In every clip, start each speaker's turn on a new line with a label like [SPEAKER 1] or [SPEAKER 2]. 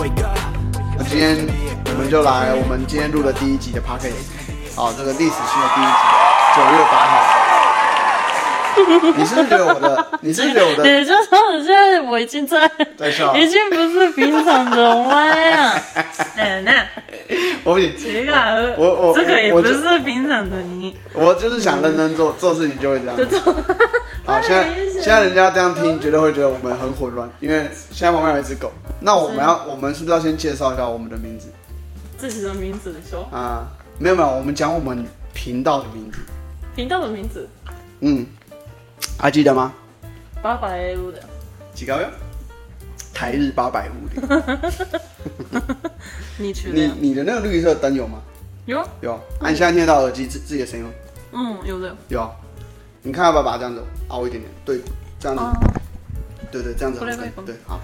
[SPEAKER 1] 那今天我们就来我们今天录的第一集的 p o c k e t 好，这个历史性的第一集，九月八号。你是不是觉得我的？你是不是觉得我的
[SPEAKER 2] 也就是说，现在我已经在，
[SPEAKER 1] 在笑？
[SPEAKER 2] 已经不是平常的歪 啊。奶奶，
[SPEAKER 1] 我比
[SPEAKER 2] 这个
[SPEAKER 1] 我我
[SPEAKER 2] 啊这个也
[SPEAKER 1] 我
[SPEAKER 2] 不
[SPEAKER 1] 就是
[SPEAKER 2] 平常的你，
[SPEAKER 1] 我就是想认真做做事情，就会这样。
[SPEAKER 2] 这种。
[SPEAKER 1] 好，现在现在人家这样听，绝对会觉得我们很混乱，因为现在旁边有一只狗。那我们要，我们是不是要先介绍一下我们的名字
[SPEAKER 2] 自己的名字说，
[SPEAKER 1] 啊？没有没有，我们讲我们频道的名字。
[SPEAKER 2] 频道的名字
[SPEAKER 1] 嗯，还记得吗？
[SPEAKER 2] 八百五的，
[SPEAKER 1] 几高哟？台日八百五零。
[SPEAKER 2] 你取的
[SPEAKER 1] 你
[SPEAKER 2] 呀
[SPEAKER 1] 你的那个绿色灯有吗？
[SPEAKER 2] 有啊，
[SPEAKER 1] 有。那、你现在听得到耳机自自己的声音吗？
[SPEAKER 2] 嗯，有的。
[SPEAKER 1] 有。你看要不要把它这样子凹一点点？对，这样子。
[SPEAKER 2] 哦，
[SPEAKER 1] 对对，这样子
[SPEAKER 2] 过来过
[SPEAKER 1] OK
[SPEAKER 2] 来。
[SPEAKER 1] 对，好。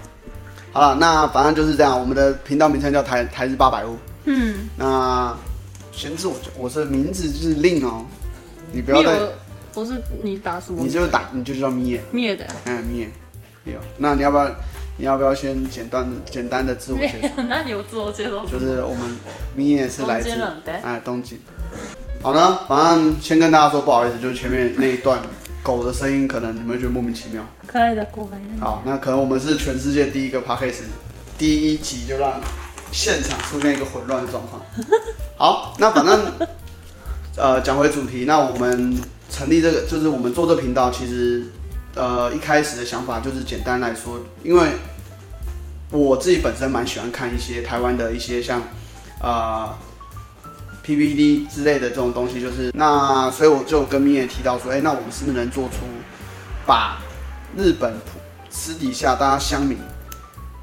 [SPEAKER 1] 好了，那反正就是这样。我们的频道名称叫台台日八百五。
[SPEAKER 2] 嗯，
[SPEAKER 1] 那先自我介，我是名字是令哦，你不
[SPEAKER 2] 你
[SPEAKER 1] 要再，
[SPEAKER 2] 有不是你打什么
[SPEAKER 1] 你？就打你就叫灭，
[SPEAKER 2] 灭的呀。
[SPEAKER 1] 嗯灭，有。那你要不要你要不要先简单的简单的自我介绍？
[SPEAKER 2] 那你有自我介绍？
[SPEAKER 1] 就是我们灭是来自
[SPEAKER 2] 东京人对
[SPEAKER 1] 哎东京。好呢，反正先跟大家说不好意思，就是前面那一段狗的声音，可能你们会觉得莫名其妙。
[SPEAKER 2] 可爱的啊过来。
[SPEAKER 1] 好，那可能我们是全世界第一个 podcast，第一集就让现场出现一个混乱的状况。好，那反正呃讲回主题，那我们成立这个就是我们做这频道，其实呃一开始的想法就是简单来说，因为我自己本身蛮喜欢看一些台湾的一些像啊。PPT 之类的这种东西，就是那，所以我就跟明也提到说，哎、那我们是不是能做出把日本普私底下大家乡民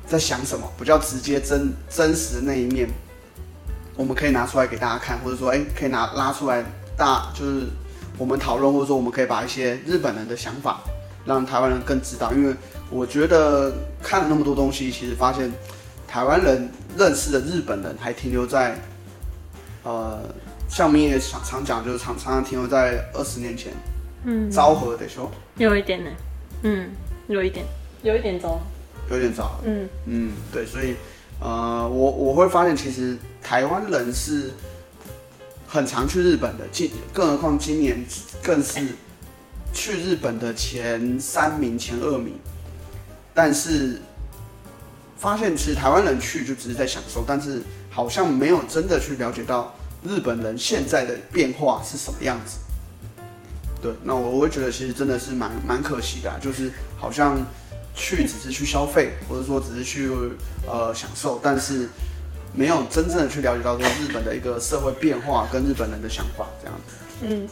[SPEAKER 1] 在想什么，比较直接真真实的那一面，我们可以拿出来给大家看，或者说，哎、可以拿拉出来大就是我们讨论，或者说我们可以把一些日本人的想法让台湾人更知道，因为我觉得看了那么多东西，其实发现台湾人认识的日本人还停留在呃。像明也常常讲，就是常常常停留在二十年前，
[SPEAKER 2] 嗯，
[SPEAKER 1] 昭和的时候
[SPEAKER 2] 有一点呢。嗯，有一点，有一点糟。
[SPEAKER 1] 有点早。
[SPEAKER 2] 嗯，
[SPEAKER 1] 嗯，对，所以呃，我我会发现其实台湾人是很常去日本的，今更何况今年更是去日本的前三名、前二名，但是发现其实台湾人去就只是在享受，但是好像没有真的去了解到日本人现在的变化是什么样子。对，那我我会觉得其实真的是蛮蛮可惜的啊、就是好像去只是去消费，或者说只是去呃享受，但是没有真正的去了解到说日本的一个社会变化跟日本人的想法这样子。
[SPEAKER 2] 嗯，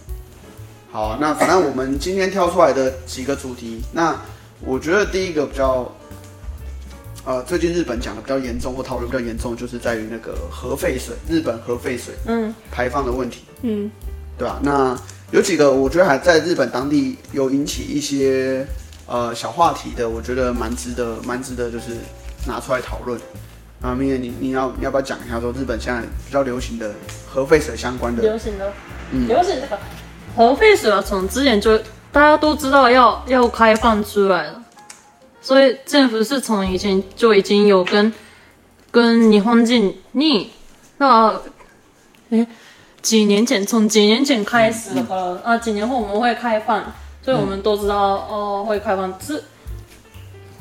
[SPEAKER 1] 好啊、那反正我们今天挑出来的几个主题，那我觉得第一个比较。呃，最近日本讲的比较严重，或讨论比较严重，就是在于那个核废水，日本核废水
[SPEAKER 2] 嗯，
[SPEAKER 1] 排放的问题。
[SPEAKER 2] 嗯，
[SPEAKER 1] 对吧、那有几个我觉得还在日本当地有引起一些呃小话题的，我觉得蛮值得蛮值得就是拿出来讨论。啊，明远，你你要你要不要讲一下说日本现在比较流行的核废水相关的？
[SPEAKER 2] 流行的，
[SPEAKER 1] 嗯
[SPEAKER 2] 流行的核废水啊，从之前就大家都知道要要开放出来了，所以政府是从以前就已经有跟跟日本人に那诶几年前，从几年前开始的话、
[SPEAKER 1] 嗯
[SPEAKER 2] 啊，几年后我们会开放，所以我们都知道、哦会开放，是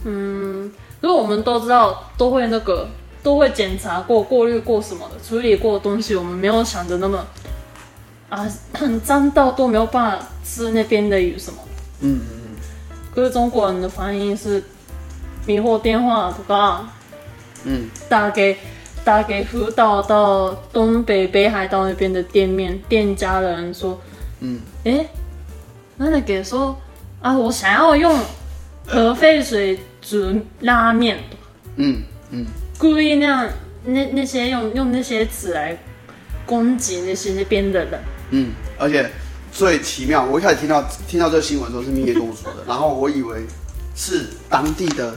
[SPEAKER 2] 嗯，如果我们都知道都会那个。都会检查过、过滤过什么的，处理过的东西，我们没有想着那么啊， 很脏到都没有办法吃那边的鱼什么。
[SPEAKER 1] 嗯
[SPEAKER 2] 可是中国人的反应是，迷惑电话とか
[SPEAKER 1] 嗯
[SPEAKER 2] 打给打给福岛到东北北海道那边的店面店家的人说，
[SPEAKER 1] 嗯，
[SPEAKER 2] 诶，那你给说啊，我想要用核废水煮拉面，
[SPEAKER 1] 嗯嗯
[SPEAKER 2] 故意那样那那些用用那些词来攻击那些那边的人。
[SPEAKER 1] 嗯，而且最奇妙，我一开始听到听到这个新闻的时候是明野跟我说的，然后我以为是当地的。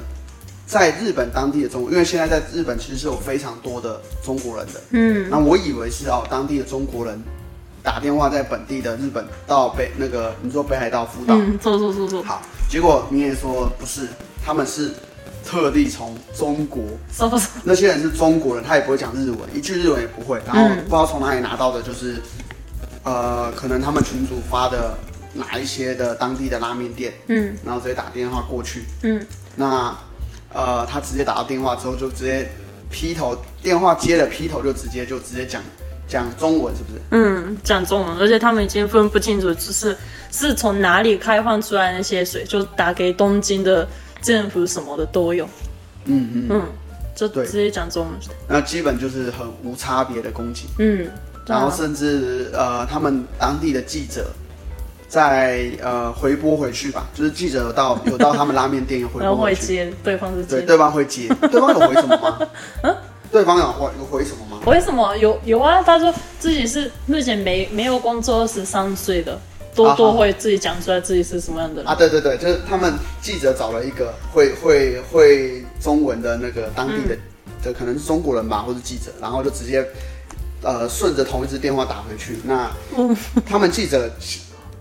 [SPEAKER 1] 在日本当地的中国，因为现在在日本其实是有非常多的中国人的，
[SPEAKER 2] 嗯
[SPEAKER 1] 那我以为是哦，当地的中国人打电话在本地的日本到北那个你说北海道福岛，
[SPEAKER 2] 嗯，错错错错，
[SPEAKER 1] 好，结果你也说不是，他们是特地从中国，
[SPEAKER 2] 什么什么
[SPEAKER 1] 那些人是中国人，他也不会讲日文，一句日文也不会，然后
[SPEAKER 2] 嗯
[SPEAKER 1] 不知道从哪里拿到的，就是、呃，可能他们群主发的哪一些的当地的拉面店，
[SPEAKER 2] 嗯
[SPEAKER 1] 然后直接打电话过去，
[SPEAKER 2] 嗯，
[SPEAKER 1] 那呃，他直接打到电话之后，就直接劈头电话接了，劈头就直接就直接讲讲中文，是不是？
[SPEAKER 2] 嗯，讲中文，而且他们已经分不清楚，就是是从哪里开放出来那些水，就打给东京的政府什么的都有，
[SPEAKER 1] 嗯嗯。
[SPEAKER 2] 嗯，就
[SPEAKER 1] 对
[SPEAKER 2] 直接讲中文，
[SPEAKER 1] 那基本就是很无差别的攻击，
[SPEAKER 2] 嗯，对
[SPEAKER 1] 然后
[SPEAKER 2] 啊
[SPEAKER 1] 甚至呃，他们当地的记者在呃回拨回去吧，就是记者有到有到他们拉面店回
[SPEAKER 2] 然后
[SPEAKER 1] 拨
[SPEAKER 2] 会
[SPEAKER 1] 回 去，
[SPEAKER 2] 接对方是
[SPEAKER 1] 对，
[SPEAKER 2] 接，
[SPEAKER 1] 对方会接，对方有回什么 吗？对方有回有回什么吗？
[SPEAKER 2] 为什么有有啊？他说自己是目前没没有工作，二十三岁的，多
[SPEAKER 1] 啊
[SPEAKER 2] 多
[SPEAKER 1] 好
[SPEAKER 2] 会自己讲出来自己是什么样的人，
[SPEAKER 1] 啊，对对对，就是他们记者找了一个会会会中文的那个当地的，就可能是中国人吧，或是记者，然后就直接呃顺着同一支电话打回去。那他们记者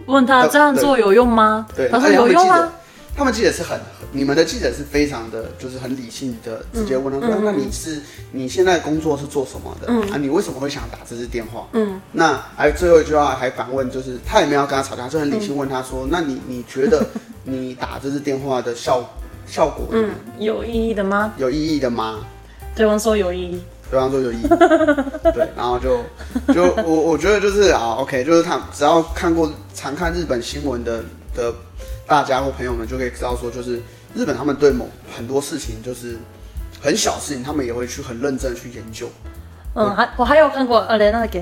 [SPEAKER 2] 问他这样做有用吗？
[SPEAKER 1] 对，
[SPEAKER 2] 他说
[SPEAKER 1] 而且
[SPEAKER 2] 有
[SPEAKER 1] 们记
[SPEAKER 2] 用
[SPEAKER 1] 者
[SPEAKER 2] 啊，
[SPEAKER 1] 他们记者是很，你们的记者是非常的，就是很理性的，直接问他
[SPEAKER 2] 嗯
[SPEAKER 1] 说：“那你是你现在工作是做什么的、啊？你为什么会想打这支电话？”嗯，那还最后一句话还反问，就是他也没有跟他吵架，就很理性问他
[SPEAKER 2] 嗯
[SPEAKER 1] 说：“那你你觉得你打这支电话的效效果
[SPEAKER 2] 嗯，有意义的吗？
[SPEAKER 1] 有意义的吗？”
[SPEAKER 2] 对方说有意义，
[SPEAKER 1] 对方说有意义， 对，然后就就我我觉得就是啊，OK，就是他只要看过常看日本新闻的的大家或朋友们就可以知道说，就是日本他们对某很多事情就是很小事情，他们也会去很认真地去研究。
[SPEAKER 2] 嗯，还我还有看过呃，那个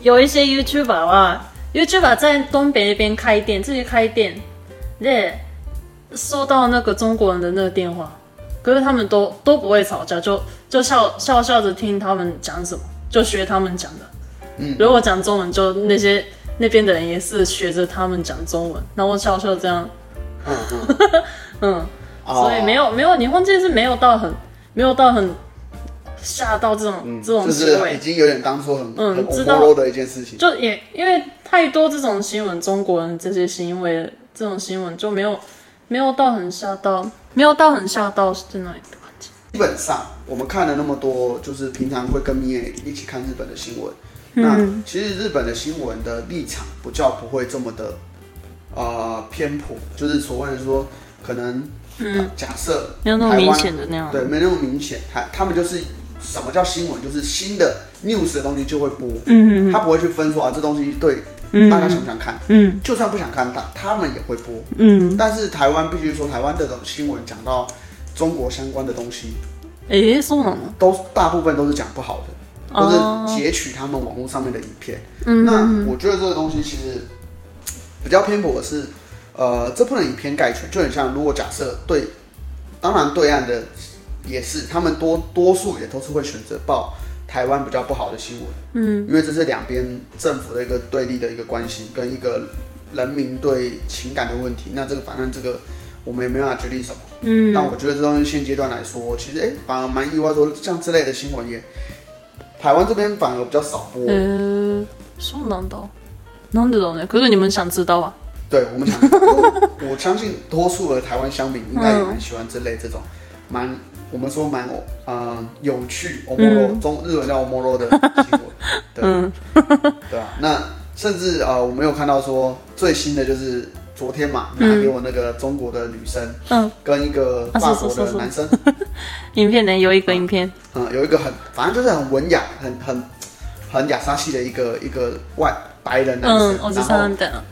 [SPEAKER 2] 有一些 YouTuber 啊，YouTuber 在东北那边开店，自己开店，对，收到那个中国人的那个电话，可是他们都都不会吵架，就就笑笑笑着听他们讲什么，就学他们讲的。嗯，如果讲中文，就那些那边的人也是学着他们讲中文，然后笑笑这样，
[SPEAKER 1] 嗯嗯，
[SPEAKER 2] 嗯，
[SPEAKER 1] 哦
[SPEAKER 2] 所以没有没有，你婚戒是没有到很没有到很吓到这种、这种
[SPEAKER 1] 嗯就
[SPEAKER 2] 行
[SPEAKER 1] 是
[SPEAKER 2] 为
[SPEAKER 1] 已。经有点当做很、
[SPEAKER 2] 嗯
[SPEAKER 1] 很
[SPEAKER 2] 知道
[SPEAKER 1] overload 的一件事情。
[SPEAKER 2] 就也因为太多这种新闻，中国人这些行为，这种新闻就没有没有到很吓到，没有到很吓到是真的。
[SPEAKER 1] 基本上我们看了那么多，就是平常会跟米野一起看日本的新闻。
[SPEAKER 2] 嗯
[SPEAKER 1] 那其实日本的新闻的立场不叫不会这么的呃偏颇，就是所谓的说可能，嗯，假设
[SPEAKER 2] 没有那么
[SPEAKER 1] 台湾
[SPEAKER 2] 明显的那样
[SPEAKER 1] 对，没那么明显，他他们就是什么叫新闻，就是新的 news 的东西就会播，嗯嗯，他不会去分说啊这东西对大家想不想看，
[SPEAKER 2] 嗯
[SPEAKER 1] 就算不想看，他他们也会播，
[SPEAKER 2] 嗯，
[SPEAKER 1] 但是台湾必须说台湾这种新闻讲到中国相关的东西，
[SPEAKER 2] 诶，そうなの？
[SPEAKER 1] 都大部分都是讲不好的，都
[SPEAKER 2] 哦
[SPEAKER 1] 是截取他们网络上面的影片。那我觉得这个东西其实比较偏颇的是，呃，这不能以偏概全，就很像如果假设对，当然对岸的也是，他们多多数也都是会选择报台湾比较不好的新闻，嗯，因为这是两边政府的一个对立的一个关系，跟一个人民对情感的问题。那这个反正这个我们也没办法决定什么。
[SPEAKER 2] 嗯
[SPEAKER 1] 但我觉得这东西现阶段来说，其实哎、诶反而蛮意外，说像之类的新闻也，台湾这边反而比较少播。
[SPEAKER 2] 嗯诶，そうなんだ。なんでだね？可是你们想知道啊？
[SPEAKER 1] 对我们想，因为我相信多数的台湾乡民应该也蛮
[SPEAKER 2] 嗯
[SPEAKER 1] 喜欢这类这种蛮我们说蛮呃有
[SPEAKER 2] 嗯
[SPEAKER 1] 趣 o m o r o 中日文叫 o m o r o 的新闻，对、
[SPEAKER 2] 嗯
[SPEAKER 1] 对啊，那甚至呃我没有看到说最新的就是昨天嘛，你拿给我那个中国的女生
[SPEAKER 2] 嗯，
[SPEAKER 1] 跟一个
[SPEAKER 2] 啊是
[SPEAKER 1] 法国
[SPEAKER 2] 是是
[SPEAKER 1] 的
[SPEAKER 2] 是
[SPEAKER 1] 男生，
[SPEAKER 2] 影片呢有一个影片，
[SPEAKER 1] 嗯，有一个很，反正就是很文雅、很很很雅莎系的一个一个外白人男生
[SPEAKER 2] 嗯，，我只
[SPEAKER 1] 然
[SPEAKER 2] 看
[SPEAKER 1] 后
[SPEAKER 2] 到等了。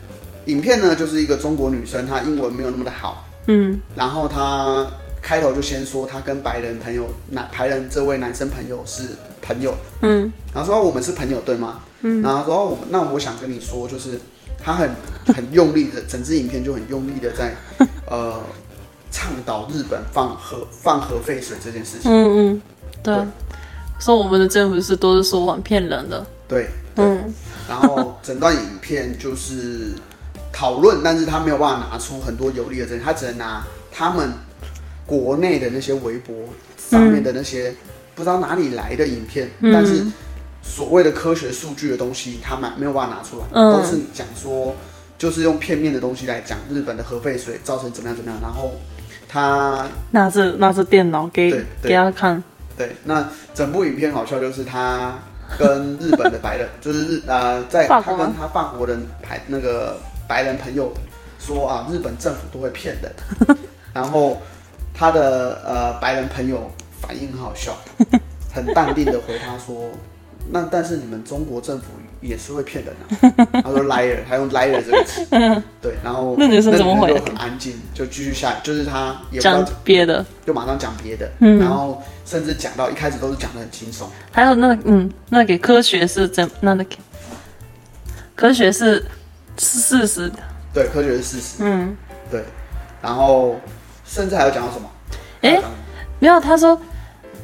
[SPEAKER 1] 影片呢就是一个中国女生，她英文没有那么的好，
[SPEAKER 2] 嗯
[SPEAKER 1] 然后她开头就先说她跟白人朋友，男白人这位男生朋友是朋友，
[SPEAKER 2] 嗯
[SPEAKER 1] 然后说、哦我们是朋友对吗？嗯，然后她说、哦、我那我想跟你说，就是她很很用力的，整支影片就很用力的在呃倡导日本放核放核废水这件事情。
[SPEAKER 2] 嗯嗯，对啊。说我们的政府是都是说谎骗人的。
[SPEAKER 1] 对，
[SPEAKER 2] 嗯
[SPEAKER 1] 然后整段影片就是讨论，但是他没有办法拿出很多有力的证据，他只能拿他们国内的那些微博上面的那些不知道哪里来的影片，
[SPEAKER 2] 嗯
[SPEAKER 1] 但是所谓的科学数据的东西，他们没有办法拿出来，
[SPEAKER 2] 嗯
[SPEAKER 1] 都是讲说就是用片面的东西来讲日本的核废水造成怎么样怎么样，然后他
[SPEAKER 2] 拿着拿着电脑给
[SPEAKER 1] 对对
[SPEAKER 2] 给他看，
[SPEAKER 1] 对，那整部影片好笑就是他跟日本的白人，就是日啊、 在
[SPEAKER 2] 法
[SPEAKER 1] 他
[SPEAKER 2] 国
[SPEAKER 1] 跟他法国人排那个白人朋友说啊，日本政府都会骗人，然后他的呃白人朋友反应很好笑，很淡定的回他说。那但是你们中国政府也是会骗人 啊，他说 liar，他用 liar 这个词，对，然后
[SPEAKER 2] 那女生怎么
[SPEAKER 1] 那女
[SPEAKER 2] 回
[SPEAKER 1] 就很安静，就继续下，就是他也不知道
[SPEAKER 2] 讲别的，
[SPEAKER 1] 就马上讲别的，
[SPEAKER 2] 嗯
[SPEAKER 1] 然后甚至讲到一开始都是讲的很轻松，
[SPEAKER 2] 还有那嗯，那给科学是怎那个科学是是事实，
[SPEAKER 1] 对，科学是事实，
[SPEAKER 2] 嗯，
[SPEAKER 1] 对，然后甚至还有讲到什么？
[SPEAKER 2] 诶
[SPEAKER 1] 还有讲到
[SPEAKER 2] 没有，他说。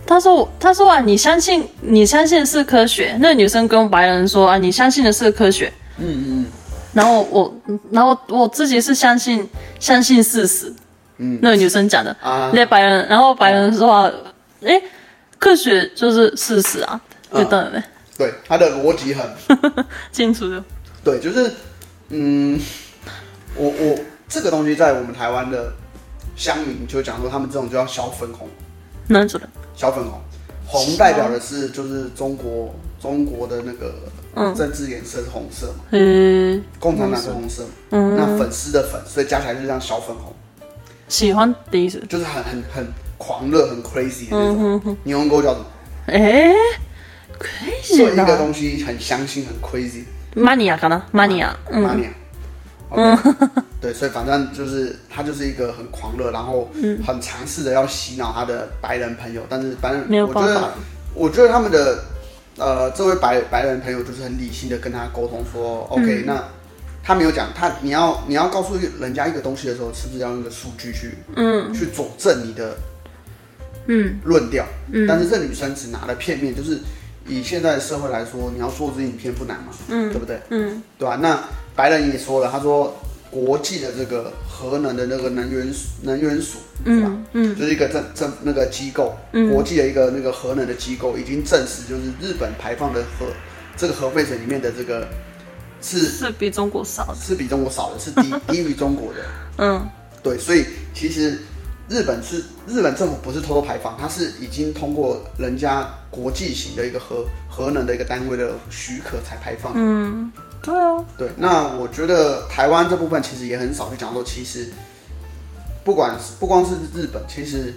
[SPEAKER 2] 他说：“他说啊，你相信你相信是科学。”那女生跟白人说：“啊，你相信的是科学。
[SPEAKER 1] 嗯嗯嗯，”
[SPEAKER 2] 然后我，然后我自己是相信相信事实。
[SPEAKER 1] 嗯
[SPEAKER 2] 那女生讲的。
[SPEAKER 1] 啊
[SPEAKER 2] 那白人，然后白人说啊：“诶，科学就是事实啊，
[SPEAKER 1] 嗯
[SPEAKER 2] 对的没？
[SPEAKER 1] 对，他的逻辑很
[SPEAKER 2] 清楚的。
[SPEAKER 1] 对，就是嗯，我我这个东西在我们台湾的乡民就讲说，他们这种就叫小粉红，”
[SPEAKER 2] 那种的，
[SPEAKER 1] 小粉红，红代表的是就是中国中国的那个
[SPEAKER 2] 嗯
[SPEAKER 1] 政治颜色是红色嘛，
[SPEAKER 2] 呃，
[SPEAKER 1] 共产党是红色嘛，
[SPEAKER 2] 嗯
[SPEAKER 1] 那粉丝的粉，所以加起来就像小粉红。
[SPEAKER 2] 喜欢的意思。
[SPEAKER 1] 就是很很很狂热、很 crazy 的那
[SPEAKER 2] 嗯
[SPEAKER 1] 种。
[SPEAKER 2] 哼哼，
[SPEAKER 1] 牛狗叫什么？
[SPEAKER 2] 诶，
[SPEAKER 1] 对
[SPEAKER 2] crazy 啊
[SPEAKER 1] 一个
[SPEAKER 2] 啦
[SPEAKER 1] 东西很相信、很 crazy。
[SPEAKER 2] ，mania かな，mania，
[SPEAKER 1] 玛
[SPEAKER 2] 嗯，
[SPEAKER 1] 尼亚。OK 对，所以反正就是他就是一个很狂热，然后
[SPEAKER 2] 嗯
[SPEAKER 1] 很尝试的要洗脑他的白人朋友，但是白人
[SPEAKER 2] 没有
[SPEAKER 1] 我觉
[SPEAKER 2] 办
[SPEAKER 1] 得
[SPEAKER 2] 法，
[SPEAKER 1] 我觉得他们的呃这位白白人朋友就是很理性的跟他沟通说、o
[SPEAKER 2] 嗯
[SPEAKER 1] k 那他没有讲他你要你要告诉人家一个东西的时候，是不是要用一个数据去
[SPEAKER 2] 嗯
[SPEAKER 1] 去佐证你的
[SPEAKER 2] 嗯
[SPEAKER 1] 论调，
[SPEAKER 2] 嗯
[SPEAKER 1] 但是这女生只拿了片面，就是以现在的社会来说，你要做这影片不难嘛，
[SPEAKER 2] 嗯
[SPEAKER 1] 对不对？
[SPEAKER 2] 嗯
[SPEAKER 1] 对吧、那白人也说了，他说国际的这个核能的那个能源署能源署，是吧？
[SPEAKER 2] 嗯嗯
[SPEAKER 1] 就是一个政政那个机构，
[SPEAKER 2] 嗯
[SPEAKER 1] 国际的一个那个核能的机构已经证实，就是日本排放的核这个核废水里面的这个是
[SPEAKER 2] 是比中国少的，
[SPEAKER 1] 是比中国少的，是 低低于中国的。
[SPEAKER 2] 嗯
[SPEAKER 1] 对，所以其实日本是日本政府不是偷偷排放，它是已经通过人家国际型的一个核核能的一个单位的许可才排放。
[SPEAKER 2] 嗯，对啊，
[SPEAKER 1] 对，那我觉得台湾这部分其实也很少去讲说，其实不管是不光是日本，其实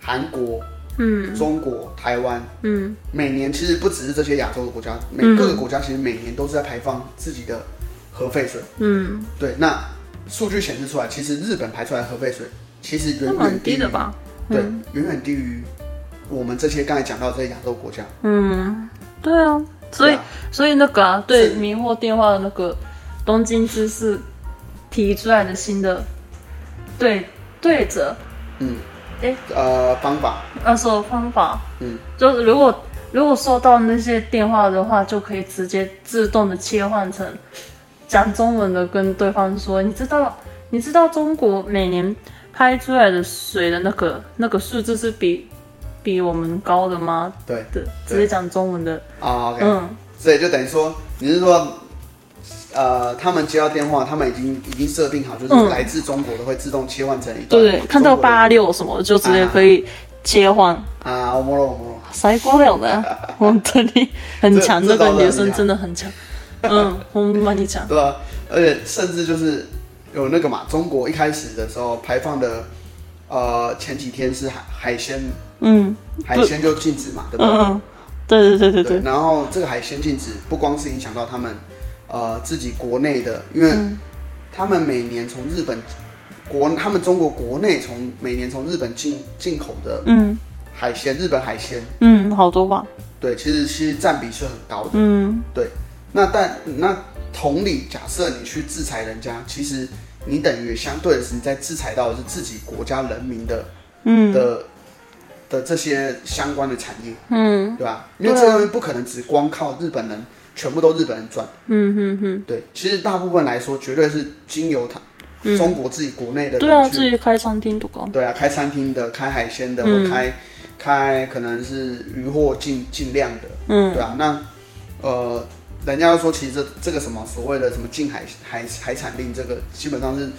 [SPEAKER 1] 韩国、
[SPEAKER 2] 嗯
[SPEAKER 1] 中国、台湾
[SPEAKER 2] 嗯
[SPEAKER 1] 每年其实不只是这些亚洲的国家，每
[SPEAKER 2] 嗯
[SPEAKER 1] 各个国家其实每年都是在排放自己的核废水。
[SPEAKER 2] 嗯，
[SPEAKER 1] 对，那数据显示出来，其实日本排出来的核废水其实
[SPEAKER 2] 那
[SPEAKER 1] 远
[SPEAKER 2] 蛮
[SPEAKER 1] 远
[SPEAKER 2] 低
[SPEAKER 1] 于
[SPEAKER 2] 的吧？嗯
[SPEAKER 1] 对，远远低于我们这些刚才讲到的这些亚洲国家。
[SPEAKER 2] 嗯，对啊，所以
[SPEAKER 1] 对啊
[SPEAKER 2] 所以那个啊，对
[SPEAKER 1] 是
[SPEAKER 2] 迷惑电话的那个东京知识提出来的新的对对折
[SPEAKER 1] 嗯，
[SPEAKER 2] 诶
[SPEAKER 1] 呃，方法，
[SPEAKER 2] 二手方法，
[SPEAKER 1] 嗯，
[SPEAKER 2] 就是如果如果收到那些电话的话，就可以直接自动的切换成讲中文的，跟对方说，你知道你知道中国每年拍出来的水的那个那个数字是比比我们高的吗？
[SPEAKER 1] 对
[SPEAKER 2] 对，直接讲中文的，
[SPEAKER 1] 啊，OK，、
[SPEAKER 2] 嗯。
[SPEAKER 1] 所以就等于说，你是说，呃，他们接到电话，他们已经已经设定好，就是
[SPEAKER 2] 嗯
[SPEAKER 1] 来自中国的会自动切换成一段中国的。
[SPEAKER 2] 对，看到八六什么的就直接可以切换，
[SPEAKER 1] 啊，我摸了我摸了，
[SPEAKER 2] 塞过 了的，我这里很强，
[SPEAKER 1] 这这
[SPEAKER 2] 这个
[SPEAKER 1] 倒是
[SPEAKER 2] 女生真的很强。嗯，我帮你讲，
[SPEAKER 1] 对吧、而且甚至就是有那个嘛，中国一开始的时候排放的，呃，前几天是海海鲜，
[SPEAKER 2] 嗯
[SPEAKER 1] 海鲜就禁止嘛，对不对？
[SPEAKER 2] 嗯嗯，对对对对
[SPEAKER 1] 对，
[SPEAKER 2] 对，
[SPEAKER 1] 然后这个海鲜禁止不光是影响到他们，呃，自己国内的，因
[SPEAKER 2] 嗯
[SPEAKER 1] 为他们每年从日本国，他们中国国内从每年从日本进进口的
[SPEAKER 2] 嗯
[SPEAKER 1] 海鲜，日本海鲜，
[SPEAKER 2] 嗯，好多吧，
[SPEAKER 1] 对，其实其实占比是很高的。
[SPEAKER 2] 嗯
[SPEAKER 1] 那但那同理，假设你去制裁人家，其实你等于相对的是你在制裁到的是自己国家人民的
[SPEAKER 2] 嗯
[SPEAKER 1] 的的这些相关的产业，
[SPEAKER 2] 嗯
[SPEAKER 1] 对吧？因为这个东西不可能只光靠日本人，全部都日本人赚。
[SPEAKER 2] 嗯嗯嗯，
[SPEAKER 1] 对，其实大部分来说，绝对是经由他、中国自己国内的
[SPEAKER 2] 嗯对啊，
[SPEAKER 1] 人去，
[SPEAKER 2] 自己嗯开餐厅多高，
[SPEAKER 1] 对啊，开餐厅的、开海鲜的，或开开可能是渔获尽尽量的，
[SPEAKER 2] 嗯
[SPEAKER 1] 对啊，那呃，人家说其实这这个什么所谓的什么禁海海海产令，这个基本上是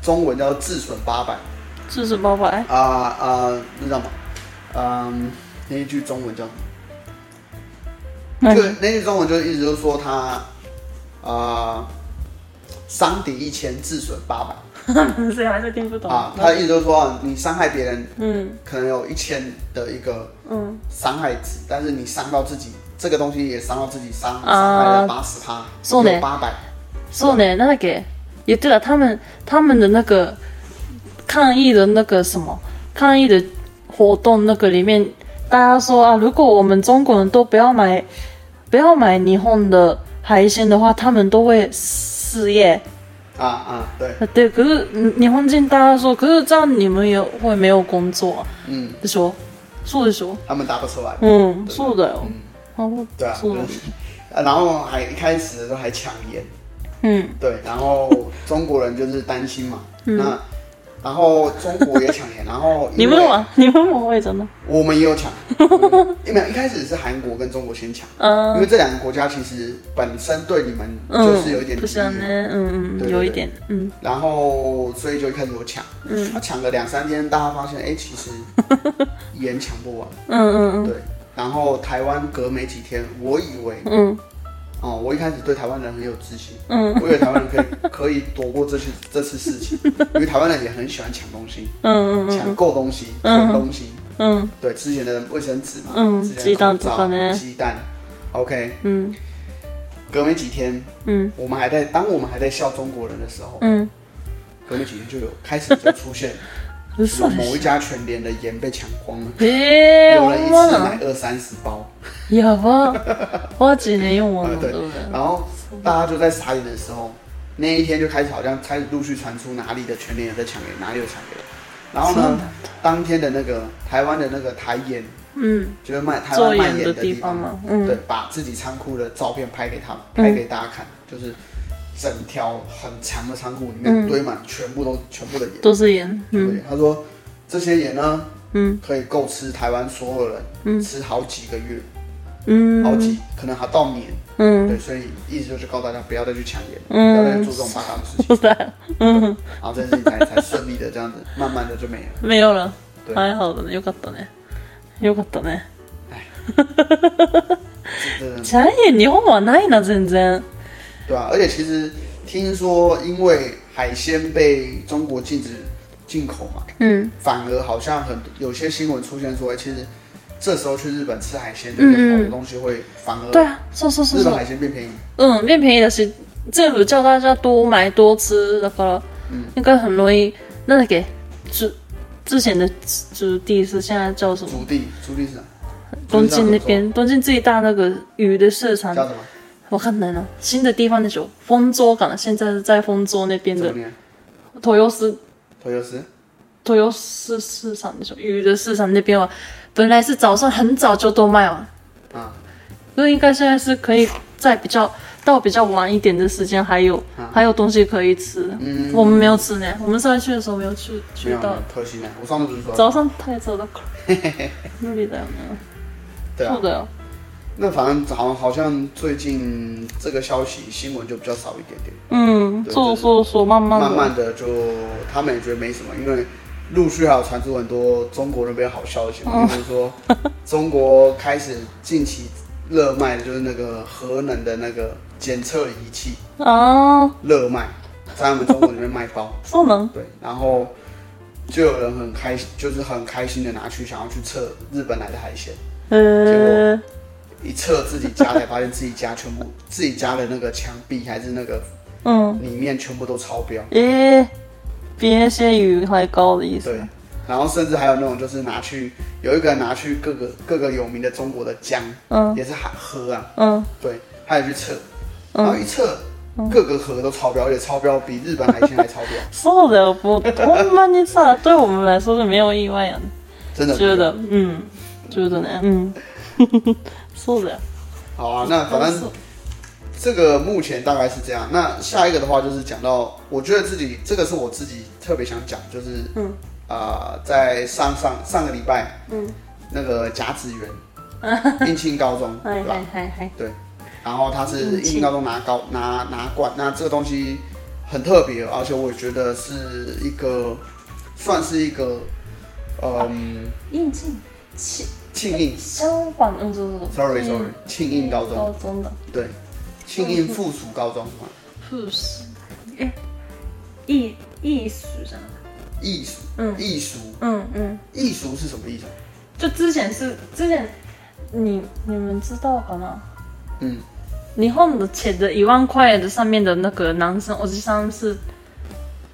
[SPEAKER 1] 中文叫自损八百，
[SPEAKER 2] 知识包白，
[SPEAKER 1] 啊啊，那叫什么？嗯，那一句中文叫什么？
[SPEAKER 2] 那
[SPEAKER 1] 就
[SPEAKER 2] 你
[SPEAKER 1] 那句中文就一直就说他啊、伤敌一千，自损八百。
[SPEAKER 2] 谁还是听不懂
[SPEAKER 1] 啊，他的意思就是说，啊你伤害别人
[SPEAKER 2] 嗯
[SPEAKER 1] 可能有一千的一个
[SPEAKER 2] 嗯，
[SPEAKER 1] 伤害值，但是你伤到自己，这个东西也伤到自己，伤
[SPEAKER 2] 啊
[SPEAKER 1] 伤害了八十趴，
[SPEAKER 2] そうね
[SPEAKER 1] 有八百。
[SPEAKER 2] そうね、なんだっけ言ってた、啊他们、他们的那个、抗议的那个什么、抗议的活动那个里面、大家说啊、如果我们中国人都不要买、不要买日本的海鲜的话、他们都会失业。
[SPEAKER 1] 啊啊，对，
[SPEAKER 2] 对，可是嗯日本人大家说，可是这样你们也会没有工作、啊。
[SPEAKER 1] 嗯，
[SPEAKER 2] でしょそうでしょ
[SPEAKER 1] 他们答不出来，
[SPEAKER 2] 嗯、そうだよ。嗯、
[SPEAKER 1] 对啊，
[SPEAKER 2] そう
[SPEAKER 1] 就
[SPEAKER 2] だ
[SPEAKER 1] 是啊然后还一开始都还抢盐，
[SPEAKER 2] 嗯
[SPEAKER 1] 对，然后中国人就是担心 嘛，那然后中国也抢盐，然 后
[SPEAKER 2] 日
[SPEAKER 1] 因
[SPEAKER 2] 本
[SPEAKER 1] 为
[SPEAKER 2] は日本も多いじゃない
[SPEAKER 1] 我们也有 抢，嗯因为一开始是韩国跟中国先抢，
[SPEAKER 2] 嗯
[SPEAKER 1] 因为这两个国家其实本身对你们就
[SPEAKER 2] 嗯
[SPEAKER 1] 是有一点敌
[SPEAKER 2] 不
[SPEAKER 1] 意
[SPEAKER 2] 是啊
[SPEAKER 1] 的，
[SPEAKER 2] 呢，嗯
[SPEAKER 1] 对
[SPEAKER 2] 嗯，
[SPEAKER 1] 对
[SPEAKER 2] 有一
[SPEAKER 1] 对
[SPEAKER 2] 点，嗯
[SPEAKER 1] 然后所以就开始有抢，
[SPEAKER 2] 嗯
[SPEAKER 1] 他抢了两三天，大家发现哎，其 实盐抢不完，
[SPEAKER 2] 嗯嗯
[SPEAKER 1] 对，然后台湾隔没几天，我以为
[SPEAKER 2] 嗯
[SPEAKER 1] 哦，我一开始对台湾人很有自信，
[SPEAKER 2] 嗯
[SPEAKER 1] 我以为台湾人可以可以躲过这次这次事情，因为台湾人也很喜欢抢东西，
[SPEAKER 2] 嗯嗯
[SPEAKER 1] 抢购东西，
[SPEAKER 2] 嗯
[SPEAKER 1] 囤东西，
[SPEAKER 2] 嗯
[SPEAKER 1] 对，之前的卫生纸嘛，
[SPEAKER 2] 嗯
[SPEAKER 1] 之前的
[SPEAKER 2] 鸡蛋
[SPEAKER 1] 口罩
[SPEAKER 2] 这个呢
[SPEAKER 1] 鸡蛋，OK，
[SPEAKER 2] 嗯
[SPEAKER 1] 隔没几天，
[SPEAKER 2] 嗯
[SPEAKER 1] 我们还在当我们还在笑中国人的时候，
[SPEAKER 2] 嗯，
[SPEAKER 1] 隔没几天就有开始就出 现有
[SPEAKER 2] 嘘
[SPEAKER 1] 某一家全联的盐被抢光了。
[SPEAKER 2] ええ、
[SPEAKER 1] 有人一
[SPEAKER 2] 思わ
[SPEAKER 1] 次
[SPEAKER 2] な
[SPEAKER 1] 买二三十包，
[SPEAKER 2] い。やば。マジで思わ
[SPEAKER 1] 呃
[SPEAKER 2] な
[SPEAKER 1] 对
[SPEAKER 2] い。，
[SPEAKER 1] 然后大家就在傻眼的时候，那一天就开始好像开始陆续传出哪里的全联有在抢盐，哪里有抢盐。然后呢，当天的那个台湾的那个台盐，
[SPEAKER 2] 嗯，
[SPEAKER 1] 就是卖台
[SPEAKER 2] 做
[SPEAKER 1] 湾卖
[SPEAKER 2] 盐
[SPEAKER 1] 盐
[SPEAKER 2] 的
[SPEAKER 1] 的
[SPEAKER 2] 地
[SPEAKER 1] 地
[SPEAKER 2] 方
[SPEAKER 1] 方
[SPEAKER 2] 嘛，
[SPEAKER 1] 对
[SPEAKER 2] 嗯，
[SPEAKER 1] 把自己仓库的照片拍给他们，
[SPEAKER 2] 嗯
[SPEAKER 1] 拍给大家看，就是整条很长的仓库里面
[SPEAKER 2] 嗯
[SPEAKER 1] 堆满全部都全部的盐，
[SPEAKER 2] 都是盐。
[SPEAKER 1] 全部的
[SPEAKER 2] 嗯
[SPEAKER 1] 盐。他说这些盐呢，
[SPEAKER 2] 嗯
[SPEAKER 1] 可以够吃台湾所有人、
[SPEAKER 2] 嗯
[SPEAKER 1] 吃好几个月，好
[SPEAKER 2] 嗯
[SPEAKER 1] 几可能还到年，
[SPEAKER 2] 嗯，
[SPEAKER 1] 对，所以意思就是告诉大家不要再去抢盐，
[SPEAKER 2] 嗯
[SPEAKER 1] 不要再做这种八卦的事情，嗯
[SPEAKER 2] そうだよ。うん、
[SPEAKER 1] 然后这件事情才才顺利的这样子，慢慢的就没了。
[SPEAKER 2] メオラ。
[SPEAKER 1] 对
[SPEAKER 2] はいはいだね。よかったね。よかったね。
[SPEAKER 1] 这真的
[SPEAKER 2] チャイン日本はないな、全然。
[SPEAKER 1] 对啊，而且其实听说因为海鲜被中国禁止进口嘛，
[SPEAKER 2] うん。
[SPEAKER 1] 反而好像很有些新闻出现说，哎，其实这时候去日本吃海鲜，这些好的东西会反
[SPEAKER 2] 对
[SPEAKER 1] 而
[SPEAKER 2] 啊，そうそうそ
[SPEAKER 1] 日
[SPEAKER 2] うそう
[SPEAKER 1] 本。海鲜变便宜。
[SPEAKER 2] 嗯，变便宜だし、全部叫大家多买多吃，だから、应该很容易。那给之之前的之地是现在叫什么？
[SPEAKER 1] 竹地，竹地是哪？
[SPEAKER 2] 东京那边，东京最大那个鱼的市场，
[SPEAKER 1] 叫什么？
[SPEAKER 2] 我看来呢，新的地方那种丰州港，现在是在丰州那边
[SPEAKER 1] 怎么
[SPEAKER 2] 的
[SPEAKER 1] 念？
[SPEAKER 2] 豊洲
[SPEAKER 1] 头油丝。
[SPEAKER 2] 豊洲市场那种鱼的市场那边啊，本来是早上很早就都卖完，
[SPEAKER 1] 啊
[SPEAKER 2] 所以应该现在是可以在比较到比较晚一点的时间，还有、
[SPEAKER 1] 啊
[SPEAKER 2] 还有东西可以吃。
[SPEAKER 1] 嗯
[SPEAKER 2] 我们没有吃呢，我们上次去的时候没有去
[SPEAKER 1] 没
[SPEAKER 2] 去
[SPEAKER 1] 有，没
[SPEAKER 2] 到
[SPEAKER 1] 有，可惜了。我上次不是说，
[SPEAKER 2] 早上太早了，無理だよね。
[SPEAKER 1] 对啊
[SPEAKER 2] そう，だよ。
[SPEAKER 1] 那反正好好像最近这个消息新闻就比较少一点点，
[SPEAKER 2] 嗯，
[SPEAKER 1] 对
[SPEAKER 2] そうそうそう、慢慢的。
[SPEAKER 1] 慢慢的就他们也觉得没什么，因为陆续还有传出很多中国那边好消息
[SPEAKER 2] 哦
[SPEAKER 1] 嘛，比如说中国开始近期热卖的就是那个核能的那个检测仪器
[SPEAKER 2] 啊，
[SPEAKER 1] 热卖，在他们中国那边卖 包，
[SPEAKER 2] そうなん。
[SPEAKER 1] 对，然后就有人很开心，就是很开心的拿去想要去测日本来的海鲜。
[SPEAKER 2] 呃，
[SPEAKER 1] 一测自己家才发现自己家全部自己家的那个墙壁还是那个
[SPEAKER 2] 嗯，
[SPEAKER 1] 里面全部都超标，
[SPEAKER 2] 诶、比那些鱼还高的意思
[SPEAKER 1] 对。。然后甚至还有那种就是拿去有一个人拿去各个各个有名的中国的江，
[SPEAKER 2] 嗯
[SPEAKER 1] 也是海河啊，
[SPEAKER 2] 嗯
[SPEAKER 1] 对，他也去测，然后一测各个河都超标，而且超标比日本海鲜还超标，
[SPEAKER 2] そうだよ。もう、ほんまにさ、对我们来说是没有意外呀。
[SPEAKER 1] 真的。
[SPEAKER 2] 觉得，嗯，觉得呢，嗯， そうだよ。
[SPEAKER 1] 好啊，那反正这个目前大概是这样。那下一个的话就是讲到，我觉得自己这个是我自己特别想讲，就是
[SPEAKER 2] 嗯
[SPEAKER 1] 啊、在上上上个礼拜，嗯，那个甲子园，应庆高 中，
[SPEAKER 2] はい
[SPEAKER 1] 对
[SPEAKER 2] は
[SPEAKER 1] 吧
[SPEAKER 2] い？はいはい。
[SPEAKER 1] 然后他是应庆高中拿高拿拿冠，那这个东西很特别，而且我觉得是一个算是一个嗯
[SPEAKER 2] 应聘庆
[SPEAKER 1] 庆应
[SPEAKER 2] 相反，嗯，就是
[SPEAKER 1] ，sorry sorry，庆应高中
[SPEAKER 2] 高中的
[SPEAKER 1] 对，庆应附属高中嘛，
[SPEAKER 2] 不是，哎，艺艺术这样，
[SPEAKER 1] 艺术
[SPEAKER 2] 嗯
[SPEAKER 1] 艺术
[SPEAKER 2] 嗯嗯，
[SPEAKER 1] 艺术是什么意思啊？
[SPEAKER 2] 就之前是之前你你们知道かな？
[SPEAKER 1] 嗯，
[SPEAKER 2] 日本的写的一万块的上面的那个男生，我就上是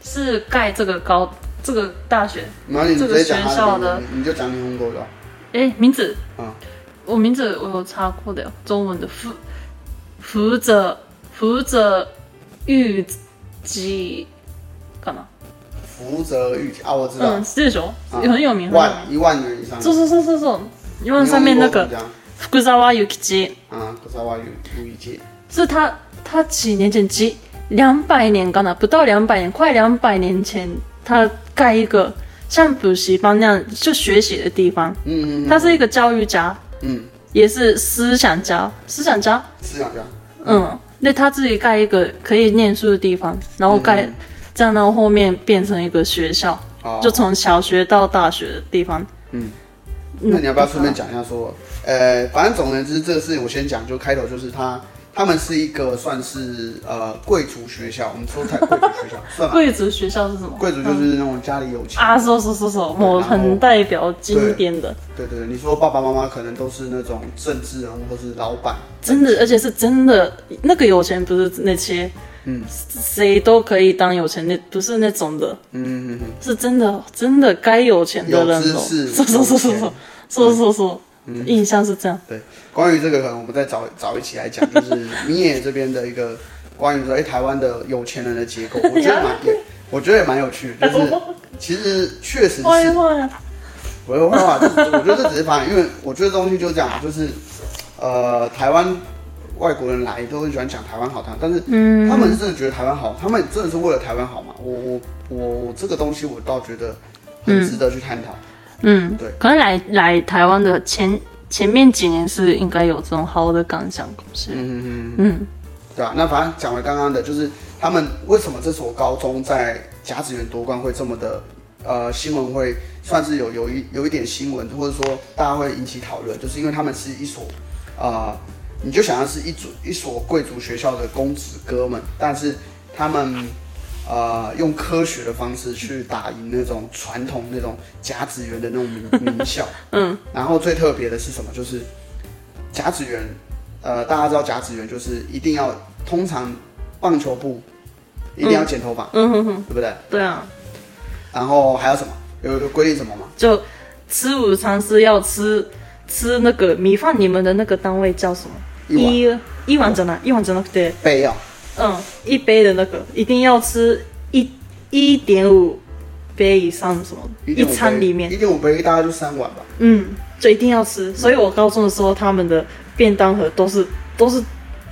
[SPEAKER 2] 是盖这个高这个大学，
[SPEAKER 1] 然后你直
[SPEAKER 2] 这个
[SPEAKER 1] 接讲
[SPEAKER 2] 学
[SPEAKER 1] 他
[SPEAKER 2] 校
[SPEAKER 1] 的
[SPEAKER 2] 的
[SPEAKER 1] 名字，你就讲你红狗的啊
[SPEAKER 2] 哎，名字
[SPEAKER 1] 啊，
[SPEAKER 2] 我名字我有查过的，中文的福福泽福泽玉吉，干嘛？
[SPEAKER 1] 福泽谕吉啊，我知道
[SPEAKER 2] 嗯，，这首
[SPEAKER 1] 啊
[SPEAKER 2] 很有名，很有
[SPEAKER 1] 万
[SPEAKER 2] 名
[SPEAKER 1] 一万元以上，
[SPEAKER 2] そうそうそうそうそう。因嗯为上面那个
[SPEAKER 1] 你用英国怎么讲
[SPEAKER 2] 福沢諭吉
[SPEAKER 1] 啊，不知道万元不一切，
[SPEAKER 2] 是他，他几年前几两百年干了，不到两百年，快两百年前，他盖一个像补习班那样就学习的地方。
[SPEAKER 1] 嗯嗯
[SPEAKER 2] 他是一个教育家，
[SPEAKER 1] 嗯，
[SPEAKER 2] 也是思想家，思想家。
[SPEAKER 1] 思想家，
[SPEAKER 2] 嗯，那他自己盖一个可以念书的地方，然后盖、
[SPEAKER 1] 嗯
[SPEAKER 2] 这样，然后后面变成一个学校，
[SPEAKER 1] 好
[SPEAKER 2] 就从小学到大学的地方。嗯
[SPEAKER 1] 那你要不要顺便讲一下说，呃，反正总而言之，这个事情我先讲，就开头就是他他们是一个算是呃贵族学校，我们说才贵族学 校算吧，
[SPEAKER 2] 贵族学校是什么？
[SPEAKER 1] 贵族就是那种家里有钱，
[SPEAKER 2] 啊，说说说说，我很代表经典的，
[SPEAKER 1] 对对对，你说爸爸妈妈可能都是那种政治人物或是老板，
[SPEAKER 2] 真的，而且是真的，那个有钱不是那些，
[SPEAKER 1] 嗯，
[SPEAKER 2] 谁都可以当有钱，那不是那种的，
[SPEAKER 1] 嗯嗯嗯嗯，
[SPEAKER 2] 是真的，真的该有钱的人
[SPEAKER 1] 有
[SPEAKER 2] 哦，
[SPEAKER 1] 知识
[SPEAKER 2] 说说说说
[SPEAKER 1] 有钱嗯
[SPEAKER 2] 说说说说，印象是这样，
[SPEAKER 1] 对，关于这个可能我们再找找一起来讲，就是米野这边的一个关于说，哎、台湾的有钱人的结构，我觉得蛮也，我觉得也蛮有趣的，就是其实确实
[SPEAKER 2] 坏
[SPEAKER 1] 是，
[SPEAKER 2] 坏，
[SPEAKER 1] 不会话，就是我觉得这只是反映，因为我觉得这东西就是这样，就是呃，台湾外国人来都很喜欢讲台湾好，但是
[SPEAKER 2] 嗯，
[SPEAKER 1] 他们是真的觉得台湾好，他们真的是为了台湾好嘛？我我我我这个东西我倒觉得很值得去探讨。
[SPEAKER 2] 嗯
[SPEAKER 1] 对，
[SPEAKER 2] 可能来来台湾的前前面几年是应该有这种好的感想，是，
[SPEAKER 1] 嗯嗯嗯，
[SPEAKER 2] 嗯
[SPEAKER 1] 对啊，那反正讲回刚刚的，就是他们为什么这所高中在甲子园夺冠会这么的，呃，新闻会算是有有一有一点新闻，或者说大家会引起讨论，就是因为他们是一所，呃，你就想象是一组一所贵族学校的公子哥们，但是他们。呃，用科学的方式去打赢那种传统那种甲子园的那种名名校，
[SPEAKER 2] 嗯，
[SPEAKER 1] 然后最特别的是什么？就是甲子园，呃，大家知道甲子园就是一定要，通常棒球部一定要剪头发，
[SPEAKER 2] 嗯哼哼，
[SPEAKER 1] 对不对？
[SPEAKER 2] 对啊，
[SPEAKER 1] 然后还有什么？有一个规定什么吗？
[SPEAKER 2] 就吃午餐是要吃吃那个米饭，你们的那个单位叫什么？
[SPEAKER 1] 一碗
[SPEAKER 2] 一一碗じゃない、一碗じゃなくて、
[SPEAKER 1] 备哦药，
[SPEAKER 2] 嗯，一杯的那个一定要吃一一点五杯以上什么，一
[SPEAKER 1] 1.5杯
[SPEAKER 2] 餐里面，
[SPEAKER 1] 一点五杯，大概就三碗吧。
[SPEAKER 2] 嗯，就一定要吃。所以我高中的时候，他们的便当盒都是都是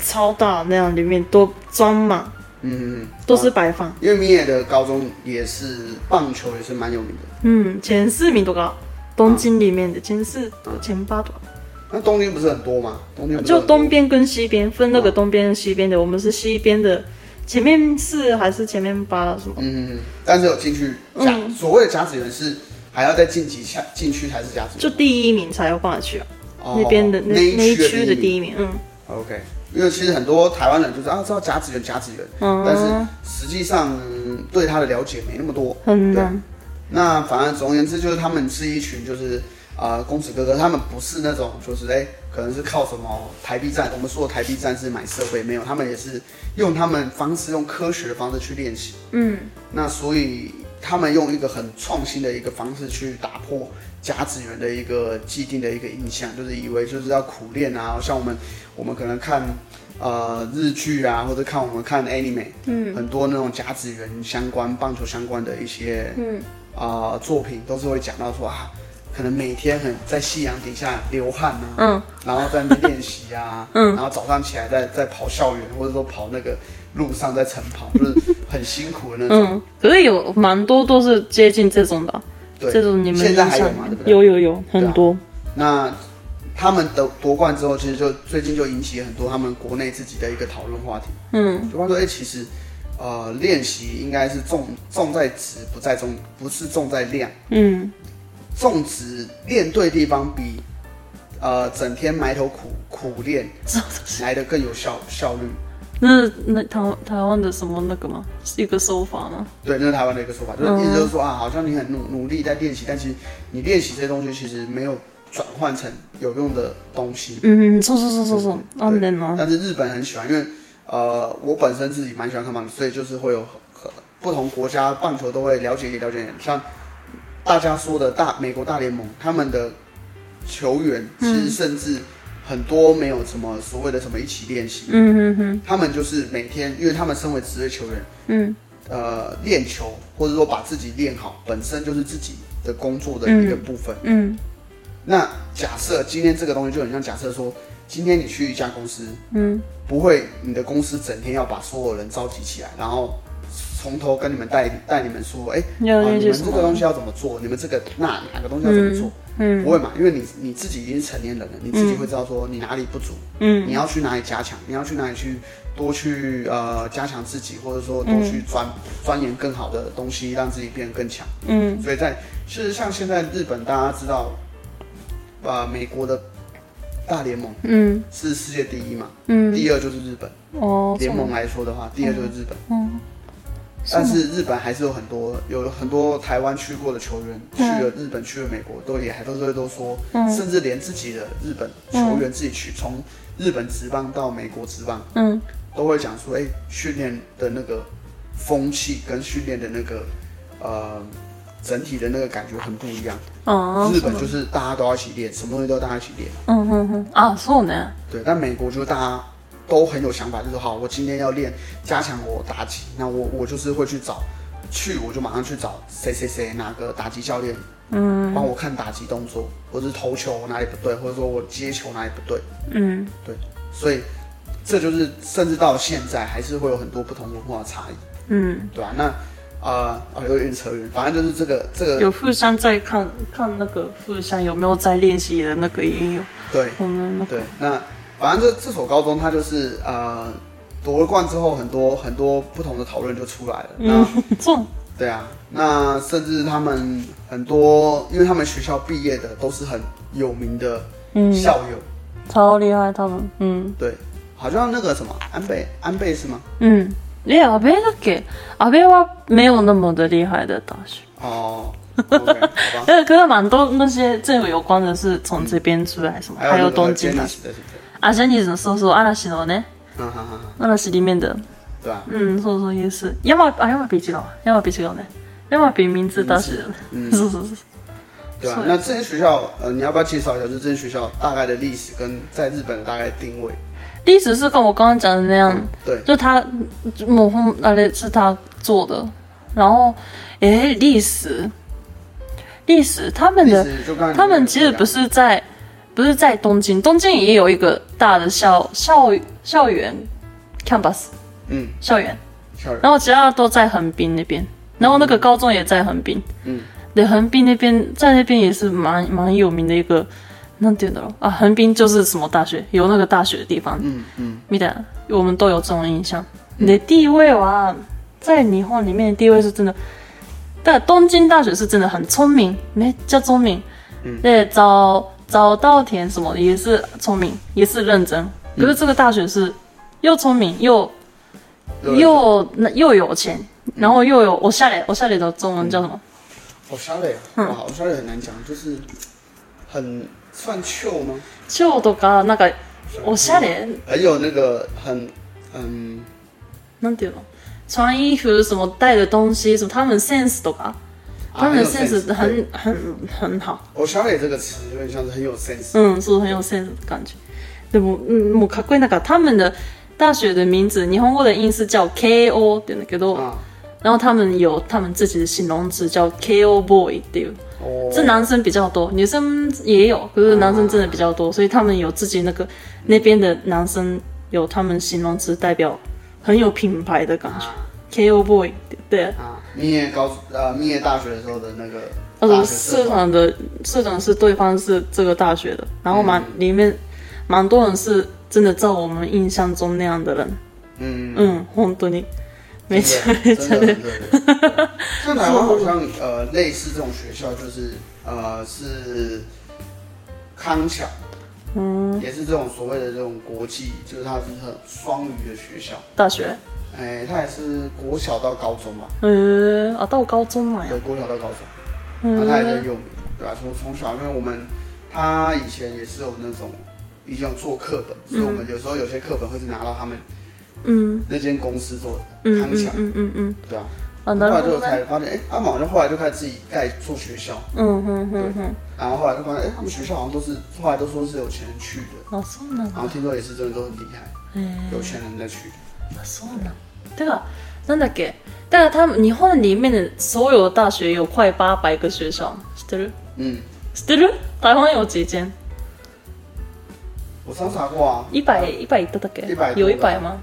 [SPEAKER 2] 超大那样，里面都装满，
[SPEAKER 1] 嗯，嗯嗯
[SPEAKER 2] 都是摆放，
[SPEAKER 1] 因为米野的高中也是棒球也是蛮有名的。
[SPEAKER 2] 嗯，前四名多高。东京里面的前四、前八多，
[SPEAKER 1] 那东京不是很多吗？东京不是
[SPEAKER 2] 就
[SPEAKER 1] 很多
[SPEAKER 2] 东边跟西边分那个东边跟西边的，我们是西边的，前面四还是前面八什么？
[SPEAKER 1] 嗯，嗯嗯但是有进去甲、
[SPEAKER 2] 嗯
[SPEAKER 1] 所谓的甲子园是还要再晋级下进去才是甲子园，
[SPEAKER 2] 就第一名才有办法去啊。
[SPEAKER 1] 哦
[SPEAKER 2] 那边的那
[SPEAKER 1] 那
[SPEAKER 2] 那一
[SPEAKER 1] 区
[SPEAKER 2] 区的
[SPEAKER 1] 第
[SPEAKER 2] 第一名，嗯
[SPEAKER 1] OK，因为其实很多台湾人就是啊，知道甲子园，甲子园，但
[SPEAKER 2] 嗯，
[SPEAKER 1] 是实际上嗯对他的了解没那么多。
[SPEAKER 2] 很难，
[SPEAKER 1] 那反而总而言之，就是他们是一群就是啊、呃公子哥哥，他们不是那种就是哎、可能是靠什么台币战，我们说的台币战是买设备没有，他们也是用他们方式，用科学的方式去练习。
[SPEAKER 2] 嗯，
[SPEAKER 1] 那所以他们用一个很创新的一个方式去打破甲子园的一个既定的一个印象，就是以为就是要苦练啊，像我们我们可能看呃日剧啊，或者看我们看 anime，嗯，很多那种甲子园相关、棒球相关的一些嗯啊、作品，都是会讲到说啊。可能每天很在夕阳底下流汗啊，
[SPEAKER 2] 嗯，
[SPEAKER 1] 然后在那边练习 啊，嗯，然后早上起来再再跑校园，或者说跑那个路上在晨 跑，就是很辛苦的那种。
[SPEAKER 2] 嗯，可是有蛮多都是接近这种的啊，
[SPEAKER 1] 对，
[SPEAKER 2] 这种你们
[SPEAKER 1] 现在还有
[SPEAKER 2] 印象
[SPEAKER 1] 嘛？对不对？
[SPEAKER 2] 有有有
[SPEAKER 1] 对啊
[SPEAKER 2] 很多，
[SPEAKER 1] 那他们夺夺冠之后，其实就最近就引起很多他们国内自己的一个讨论话题，
[SPEAKER 2] 嗯
[SPEAKER 1] 就包括哎，其实呃，练习应该是重重在质，不在重，不是重在量。
[SPEAKER 2] 嗯
[SPEAKER 1] 重质练对地方比，呃，整天埋头苦苦练来的更有效效率。，
[SPEAKER 2] 那那台湾台湾的什么那个吗？是一个手法吗？
[SPEAKER 1] 对，那是台湾的一个说法，就是意思就是说啊，好像你很努努力在练习，但其实你练习这些东西其实没有转换成有用的东西。
[SPEAKER 2] 嗯，そうそうそうそう。あんねんな。
[SPEAKER 1] 但是日本很喜欢，因为呃，我本身自己蛮喜欢看棒球，所以就是会有很呃不同国家棒球都会了解一点了解一点。像大家说的大美国大联盟，他们的球员其实甚至很多没有什么所谓的什么一起练习，
[SPEAKER 2] うんうんうん
[SPEAKER 1] 他们就是每天，因为他们身为职业球员，
[SPEAKER 2] うん
[SPEAKER 1] 呃，练球或者说把自己练好，本身就是自己的工作的一个部分。
[SPEAKER 2] うん
[SPEAKER 1] 那假设今天这个东西就很像假设说，今天你去一家公司，
[SPEAKER 2] うん
[SPEAKER 1] 不会，你的公司整天要把所有人召集起来，然后从头跟你们带带你们说，哎、
[SPEAKER 2] 要
[SPEAKER 1] 啊
[SPEAKER 2] 练
[SPEAKER 1] 你
[SPEAKER 2] 习
[SPEAKER 1] 们
[SPEAKER 2] 什
[SPEAKER 1] 这
[SPEAKER 2] 么
[SPEAKER 1] 个东西要怎么做，你们这个那哪个东西要怎么做，嗯
[SPEAKER 2] うん
[SPEAKER 1] 不会嘛？因为你你自己已经是成年人了，你自己会知道说你哪里不足，
[SPEAKER 2] うん
[SPEAKER 1] 你要去哪里加强，你要去哪里去多去呃加强自己，或者说多
[SPEAKER 2] 嗯
[SPEAKER 1] 去钻钻研更好的东西，让自己变得更强。
[SPEAKER 2] うん
[SPEAKER 1] 所以在事实上，现在日本大家知道，呃，美国的大联盟
[SPEAKER 2] うん
[SPEAKER 1] 是世界第一嘛，
[SPEAKER 2] うん。
[SPEAKER 1] 第二就是日本。
[SPEAKER 2] ああ、そ
[SPEAKER 1] 联
[SPEAKER 2] うなん
[SPEAKER 1] 盟来说的话，第二就是日本，
[SPEAKER 2] うん
[SPEAKER 1] 但是日本还是有很多有很多台湾去过的球员去了日本，去了美国，都也还都是都说，
[SPEAKER 2] 嗯
[SPEAKER 1] 甚至连自己的日本球员自己去从日本职棒到美国职棒，
[SPEAKER 2] うん
[SPEAKER 1] 都会讲说，哎，训练的那个风气跟训练的那个呃整体的那个感觉很不一样。
[SPEAKER 2] ああ
[SPEAKER 1] 日本就是大家都要一起练，什么东西都要大家一起练，
[SPEAKER 2] うんうんうんあそうね
[SPEAKER 1] 对，但美国就是大家都很有想法，就是好，我今天要练加强我打击，那我我就是会去找，去我就马上去找谁谁谁哪个打击教练，嗯，帮我看打击动作，或者是投球哪里不对，或者说我接球哪里不对，
[SPEAKER 2] うん
[SPEAKER 1] 所以这就是甚至到现在还是会有很多不同文化的差异，
[SPEAKER 2] うん
[SPEAKER 1] 对吧、那啊、呃，哦，有点扯远，反正就是这个这个
[SPEAKER 2] 有富山在看看那个富山有没有在练习的那个也有，
[SPEAKER 1] 对。
[SPEAKER 2] 我们那个
[SPEAKER 1] 对，那反正这这所高中它就是呃夺了冠之后，很多很多不同的讨论就出来了。那、
[SPEAKER 2] 嗯，中
[SPEAKER 1] 对啊，那甚至他们很多，因为他们学校毕业的都是很有名的
[SPEAKER 2] 嗯
[SPEAKER 1] 校友，
[SPEAKER 2] 超厉害，他们嗯
[SPEAKER 1] 对，好像那个什么安倍安倍是吗？
[SPEAKER 2] 嗯，哎，阿贝だっけ？阿贝は没有那么的厉害的大学，
[SPEAKER 1] 哦，OK，好 吧。
[SPEAKER 2] 呃，可是蛮多那些政府有关的是从这边出来，什么还
[SPEAKER 1] 还有那
[SPEAKER 2] 有
[SPEAKER 1] 个
[SPEAKER 2] 东
[SPEAKER 1] j
[SPEAKER 2] 京
[SPEAKER 1] e
[SPEAKER 2] 的
[SPEAKER 1] n，是的，是的，
[SPEAKER 2] 啊，像你说说阿拉西诺呢，
[SPEAKER 1] 嗯，好好好，
[SPEAKER 2] 阿拉西里面的，
[SPEAKER 1] 对啊吧、
[SPEAKER 2] 嗯，说说也是，要么啊，要么比基佬，要么比基佬呢，要么比名字大学， 是是是，
[SPEAKER 1] 对吧、啊
[SPEAKER 2] 是
[SPEAKER 1] 那这间学校，呃，你要不要介绍一下？就是这间学校大概的历史跟在日本的大概定位？
[SPEAKER 2] 历史是跟我刚刚讲的那样。
[SPEAKER 1] 对，
[SPEAKER 2] 就他某方那里是他做的，然后诶，历史，历史他们
[SPEAKER 1] 历
[SPEAKER 2] 的
[SPEAKER 1] 史就刚才
[SPEAKER 2] 他们其实不是在不是在东京，东京也有一个大的校校校园 campus
[SPEAKER 1] 嗯，
[SPEAKER 2] 校园，
[SPEAKER 1] 校园，
[SPEAKER 2] 然后其他都在横滨那边，然后那个高中也在横滨，
[SPEAKER 1] 嗯。
[SPEAKER 2] 对，横滨那边在那边也是蛮蛮有名的一个。なんて言うんだろう啊，横滨就是什么大学，有那个大学的地方，
[SPEAKER 1] 嗯嗯
[SPEAKER 2] みたいな，我们都有这种印象。で、地位は、在日本里面的地位是真的，但东京大学是真的很聪明，めっちゃ聪明。
[SPEAKER 1] 嗯
[SPEAKER 2] 对，早早稻田什么的也是聪明，也是认真。可是这个大学是又聪明又又又有钱，然后又有我下来我下来的中文叫什么？
[SPEAKER 1] 好沙磊啊，哇，好沙磊很难讲，就是很算秀吗？
[SPEAKER 2] 就とかなんかおしゃれ
[SPEAKER 1] 很有那个很嗯，
[SPEAKER 2] なんていうの？穿衣服什么带的东西什么，他们 sense とか。
[SPEAKER 1] 啊
[SPEAKER 2] 他们的 sense 很很很好，
[SPEAKER 1] 我哦沙磊这个词有点像是很有 sense，
[SPEAKER 2] 嗯，是很有 sense 的感觉。嗯でも、うん、もうかっこいい。なんか、他们的大学的名字、日本語的音是叫 KO って言うんだけど、
[SPEAKER 1] 啊，
[SPEAKER 2] 然后他们有他们自己的形容词叫 KO boy っていう。
[SPEAKER 1] 哦，
[SPEAKER 2] 这男生比较多，女生也有，可是男生真的比较多，所以他们有自己那个那边的男生有他们形容词代表，很有品牌的感觉。KO boy 对，
[SPEAKER 1] 啊，密叶高呃密叶大学的时候的那个大
[SPEAKER 2] 呃，
[SPEAKER 1] 学
[SPEAKER 2] 社
[SPEAKER 1] 社团，
[SPEAKER 2] 长的社长是对方是这个大学的，然后蛮、
[SPEAKER 1] 嗯
[SPEAKER 2] 里面蛮多人是真的照我们印象中那样的人，
[SPEAKER 1] 嗯，
[SPEAKER 2] 嗯，本当に。没错没错
[SPEAKER 1] 真的真的真的。像台湾好像呃类似这种学校，就是呃是康桥，嗯，也是这种所谓的这种国际，就是它是很双语的学校。
[SPEAKER 2] 大学，
[SPEAKER 1] 哎、它也是国小到高中嘛，
[SPEAKER 2] 嗯啊，到高中了呀
[SPEAKER 1] 有，国小到高中，那它也很
[SPEAKER 2] 嗯，
[SPEAKER 1] 有名，对吧、从从小，因为我们他以前也是有那种以前有做课本，所以我们有时候有些课本会是拿到他们
[SPEAKER 2] 嗯
[SPEAKER 1] 那间公司做的，
[SPEAKER 2] 嗯
[SPEAKER 1] 康
[SPEAKER 2] 嗯
[SPEAKER 1] 桥，
[SPEAKER 2] 嗯嗯嗯，
[SPEAKER 1] 对吧、后
[SPEAKER 2] 啊，
[SPEAKER 1] 来
[SPEAKER 2] 那
[SPEAKER 1] 就才发现，哎、他们好像后来就开始自己盖做学校，
[SPEAKER 2] 嗯嗯嗯嗯，
[SPEAKER 1] 然后后来就发现，哎、他们学校好像都是后来都说是有钱人去的，
[SPEAKER 2] あ、啊そうなん
[SPEAKER 1] 然
[SPEAKER 2] だ
[SPEAKER 1] 后。听说也是真的都很厉害，
[SPEAKER 2] へえ
[SPEAKER 1] 有钱人在去的。
[SPEAKER 2] あ、そうなん。てか、なんだっけ。だから多分日本里面的所有大学有快八百个学生，知ってる？
[SPEAKER 1] 嗯，
[SPEAKER 2] 知ってる？台湾有几间？
[SPEAKER 1] 我上次查过啊，
[SPEAKER 2] 一百一百行っただっけ？
[SPEAKER 1] 100
[SPEAKER 2] 有一百吗？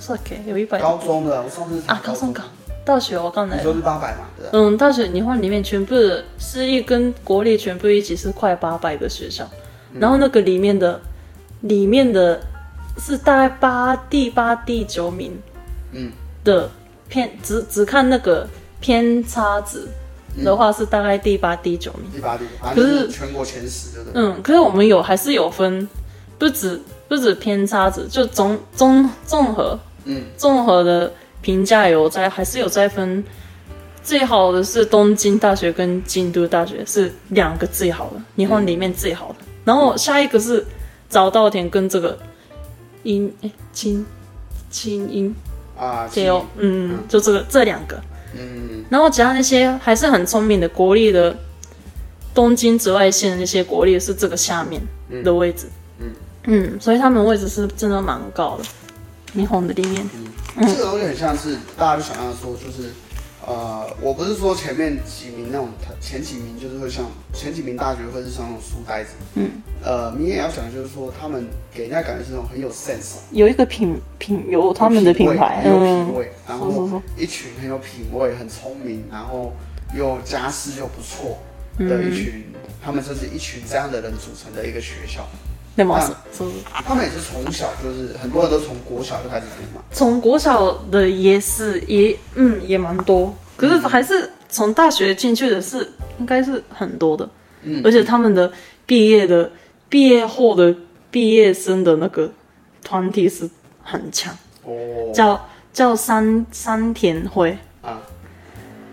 [SPEAKER 2] そうだっけ？有一百。
[SPEAKER 1] 高中的，我上次查
[SPEAKER 2] 啊，高中か。大学我刚来
[SPEAKER 1] 你。说是八百嘛，对吧？
[SPEAKER 2] 嗯，大学日本里面全部私立跟国立全部一起是快八百个学校，然后那个里面的里面的是大概八第八第九名
[SPEAKER 1] 嗯
[SPEAKER 2] 的偏只只看那个偏差值的话是大概第八第九名。
[SPEAKER 1] 第嗯八第九，反正就
[SPEAKER 2] 可
[SPEAKER 1] 是
[SPEAKER 2] 是
[SPEAKER 1] 全国前十，对不对？
[SPEAKER 2] 嗯，可是我们有还是有分，不止不止偏差值，就综综综合
[SPEAKER 1] 嗯，
[SPEAKER 2] 综合的评价有在，还是有在分。最好的是东京大学跟京都大学是两个最好的，日本里面最好的。然后下一个是早稻田跟这个英诶清清英
[SPEAKER 1] 啊，
[SPEAKER 2] 对哦，嗯，就这个这两个。
[SPEAKER 1] 嗯，
[SPEAKER 2] 然后其他那些还是很聪明的国立的，东京紫外线的那些国立是这个下面的位置，
[SPEAKER 1] 嗯
[SPEAKER 2] 嗯所以他们位置是真的蛮高的，霓虹的里面，嗯
[SPEAKER 1] 这个东西很像是大家就想象说，就是呃，我不是说前面几名那种，前几名就是会像前几名大学会是像那种书呆子，
[SPEAKER 2] 嗯，
[SPEAKER 1] 呃，你也要想就是说他们给人家感觉是那种很有 sense，
[SPEAKER 2] 有一个品品有他们
[SPEAKER 1] 有
[SPEAKER 2] 的
[SPEAKER 1] 品
[SPEAKER 2] 品
[SPEAKER 1] 味
[SPEAKER 2] 牌，
[SPEAKER 1] 很有品
[SPEAKER 2] 嗯，
[SPEAKER 1] 味，然
[SPEAKER 2] 说说
[SPEAKER 1] 后
[SPEAKER 2] 说
[SPEAKER 1] 一群很有品味、很聪明，然后又家世又不错的
[SPEAKER 2] 嗯
[SPEAKER 1] 一群，他们就是一群这样的人组成的一个学校。
[SPEAKER 2] 那么是
[SPEAKER 1] 啊
[SPEAKER 2] 是不是
[SPEAKER 1] 他们也是从小就是很多人都从国小就开始读嘛，
[SPEAKER 2] 从国小的也是也嗯也蛮多，可是还是从大学进去的是应该是很多的，
[SPEAKER 1] 嗯
[SPEAKER 2] 而且他们的毕业的毕业后的毕业生的那个团体是很强，
[SPEAKER 1] 哦，
[SPEAKER 2] 叫叫三三田会
[SPEAKER 1] 啊，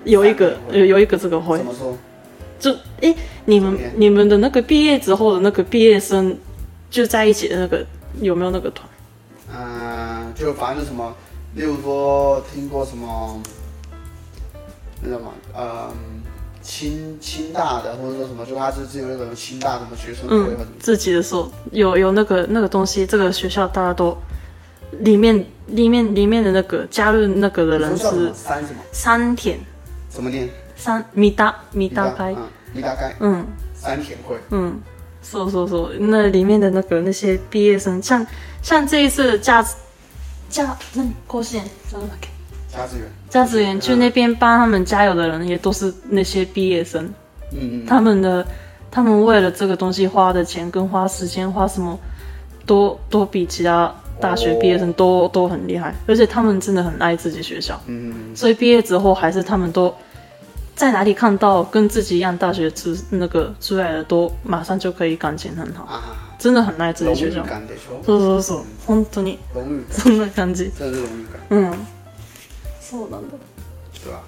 [SPEAKER 2] 有一个
[SPEAKER 1] 三田会
[SPEAKER 2] 有有一个这个会
[SPEAKER 1] 怎，么说？
[SPEAKER 2] 就诶你们
[SPEAKER 1] 中间
[SPEAKER 2] 你们的那个毕业之后的那个毕业生就在一起的那个有没有那个团？
[SPEAKER 1] 嗯，就反正就什么，例如说听过什么，那叫什么，嗯，清清大的，或者说什么，就他是自己有那种清大什么学生会
[SPEAKER 2] 嗯
[SPEAKER 1] 或者什么，，
[SPEAKER 2] 自己的时候有有那个那个东西，这个学校大家都里面里面里面的那个加入那个的
[SPEAKER 1] 你
[SPEAKER 2] 人
[SPEAKER 1] 说叫什
[SPEAKER 2] 是
[SPEAKER 1] 么三什么？
[SPEAKER 2] 三田
[SPEAKER 1] 怎么念？
[SPEAKER 2] 三米大米
[SPEAKER 1] 你
[SPEAKER 2] 啊大开，
[SPEAKER 1] 嗯，你大概
[SPEAKER 2] 嗯
[SPEAKER 1] 三田会，
[SPEAKER 2] 嗯，说说说，那里面的那个那些毕业生，像像这一次的驾驾那你过线，真的
[SPEAKER 1] 家志远，
[SPEAKER 2] 驾驶员去那边帮他们加油的人，也都是那些毕业生。
[SPEAKER 1] 嗯嗯，
[SPEAKER 2] 他们的他们为了这个东西花的钱跟花时间花什么，都都比其他大学毕业生都、都很厉害，而且他们真的很爱自己学校，
[SPEAKER 1] 嗯，
[SPEAKER 2] 所以毕业之后还是他们都在哪里看到跟自己一样大学出那个出来的，都马上就可以感情很好，
[SPEAKER 1] 啊，
[SPEAKER 2] 真的很爱自己
[SPEAKER 1] 荣
[SPEAKER 2] 学
[SPEAKER 1] 誉
[SPEAKER 2] 校。
[SPEAKER 1] 感得说，
[SPEAKER 2] そうそうそう、本当に
[SPEAKER 1] 荣誉感，
[SPEAKER 2] そんな 感じ。
[SPEAKER 1] 真的是荣誉感。
[SPEAKER 2] 嗯，そうなんだ。
[SPEAKER 1] 对吧？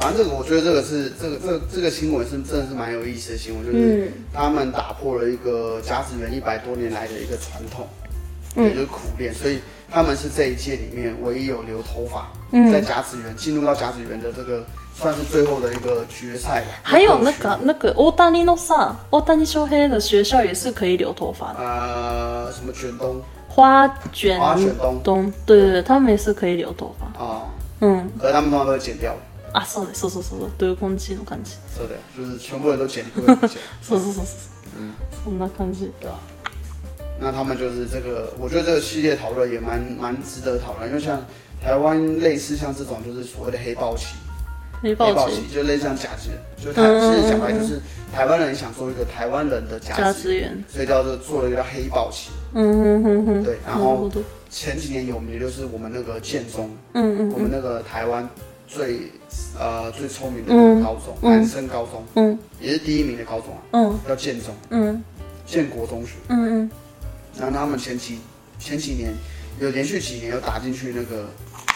[SPEAKER 1] 反正这个，我觉得这个是这个这个、这个新闻是真的是蛮有意思的新闻，就是
[SPEAKER 2] 嗯
[SPEAKER 1] 他们打破了一个甲子园一百多年来的一个传统，
[SPEAKER 2] 嗯
[SPEAKER 1] 也就是苦练，所以他们是这一届里面唯一有留头发，
[SPEAKER 2] 嗯
[SPEAKER 1] 在甲子园进入到甲子园的这个算是最后的一个决赛吧。
[SPEAKER 2] 还有那个那个大谷のさ、大谷翔平的学校也是可以留头发的。
[SPEAKER 1] 呃什么卷东
[SPEAKER 2] 花卷
[SPEAKER 1] 花卷东
[SPEAKER 2] 东，对对对，他们也是可以留头发。
[SPEAKER 1] 啊，
[SPEAKER 2] 嗯，
[SPEAKER 1] 可是他们通常都会剪掉，
[SPEAKER 2] 啊，そうです、そうそうそう、という感じの感じ。
[SPEAKER 1] 是的，就是全部人都剪，全部人都剪。
[SPEAKER 2] そうそうそうそう。そんな感じ。
[SPEAKER 1] 对吧？那他们就是这个，我觉得这个系列讨论也蛮蛮值得讨论，因为像台湾类似像这种就是所谓的黑豹旗，
[SPEAKER 2] 黑
[SPEAKER 1] 黑
[SPEAKER 2] 豹
[SPEAKER 1] 豹
[SPEAKER 2] 旗
[SPEAKER 1] 旗，就类似像假肢，就是台
[SPEAKER 2] 嗯
[SPEAKER 1] 其实讲白就是台湾人想做一个台湾人的假
[SPEAKER 2] 加
[SPEAKER 1] 肢，
[SPEAKER 2] 资源，
[SPEAKER 1] 所以叫做做了一个叫黑豹旗。
[SPEAKER 2] 嗯哼哼哼，
[SPEAKER 1] 对，然
[SPEAKER 2] なるほ
[SPEAKER 1] 后
[SPEAKER 2] ど
[SPEAKER 1] 前几年有名的就是我们那个建中，
[SPEAKER 2] 嗯嗯
[SPEAKER 1] 我们那个台湾最呃最聪明的
[SPEAKER 2] 嗯
[SPEAKER 1] 高中，
[SPEAKER 2] 嗯
[SPEAKER 1] 男生高中
[SPEAKER 2] 嗯
[SPEAKER 1] 也是第一名的高中啊，
[SPEAKER 2] 嗯
[SPEAKER 1] 叫建中，
[SPEAKER 2] 嗯
[SPEAKER 1] 建国中学。
[SPEAKER 2] 嗯
[SPEAKER 1] 然后他们前期前几年有连续几年有打进去那个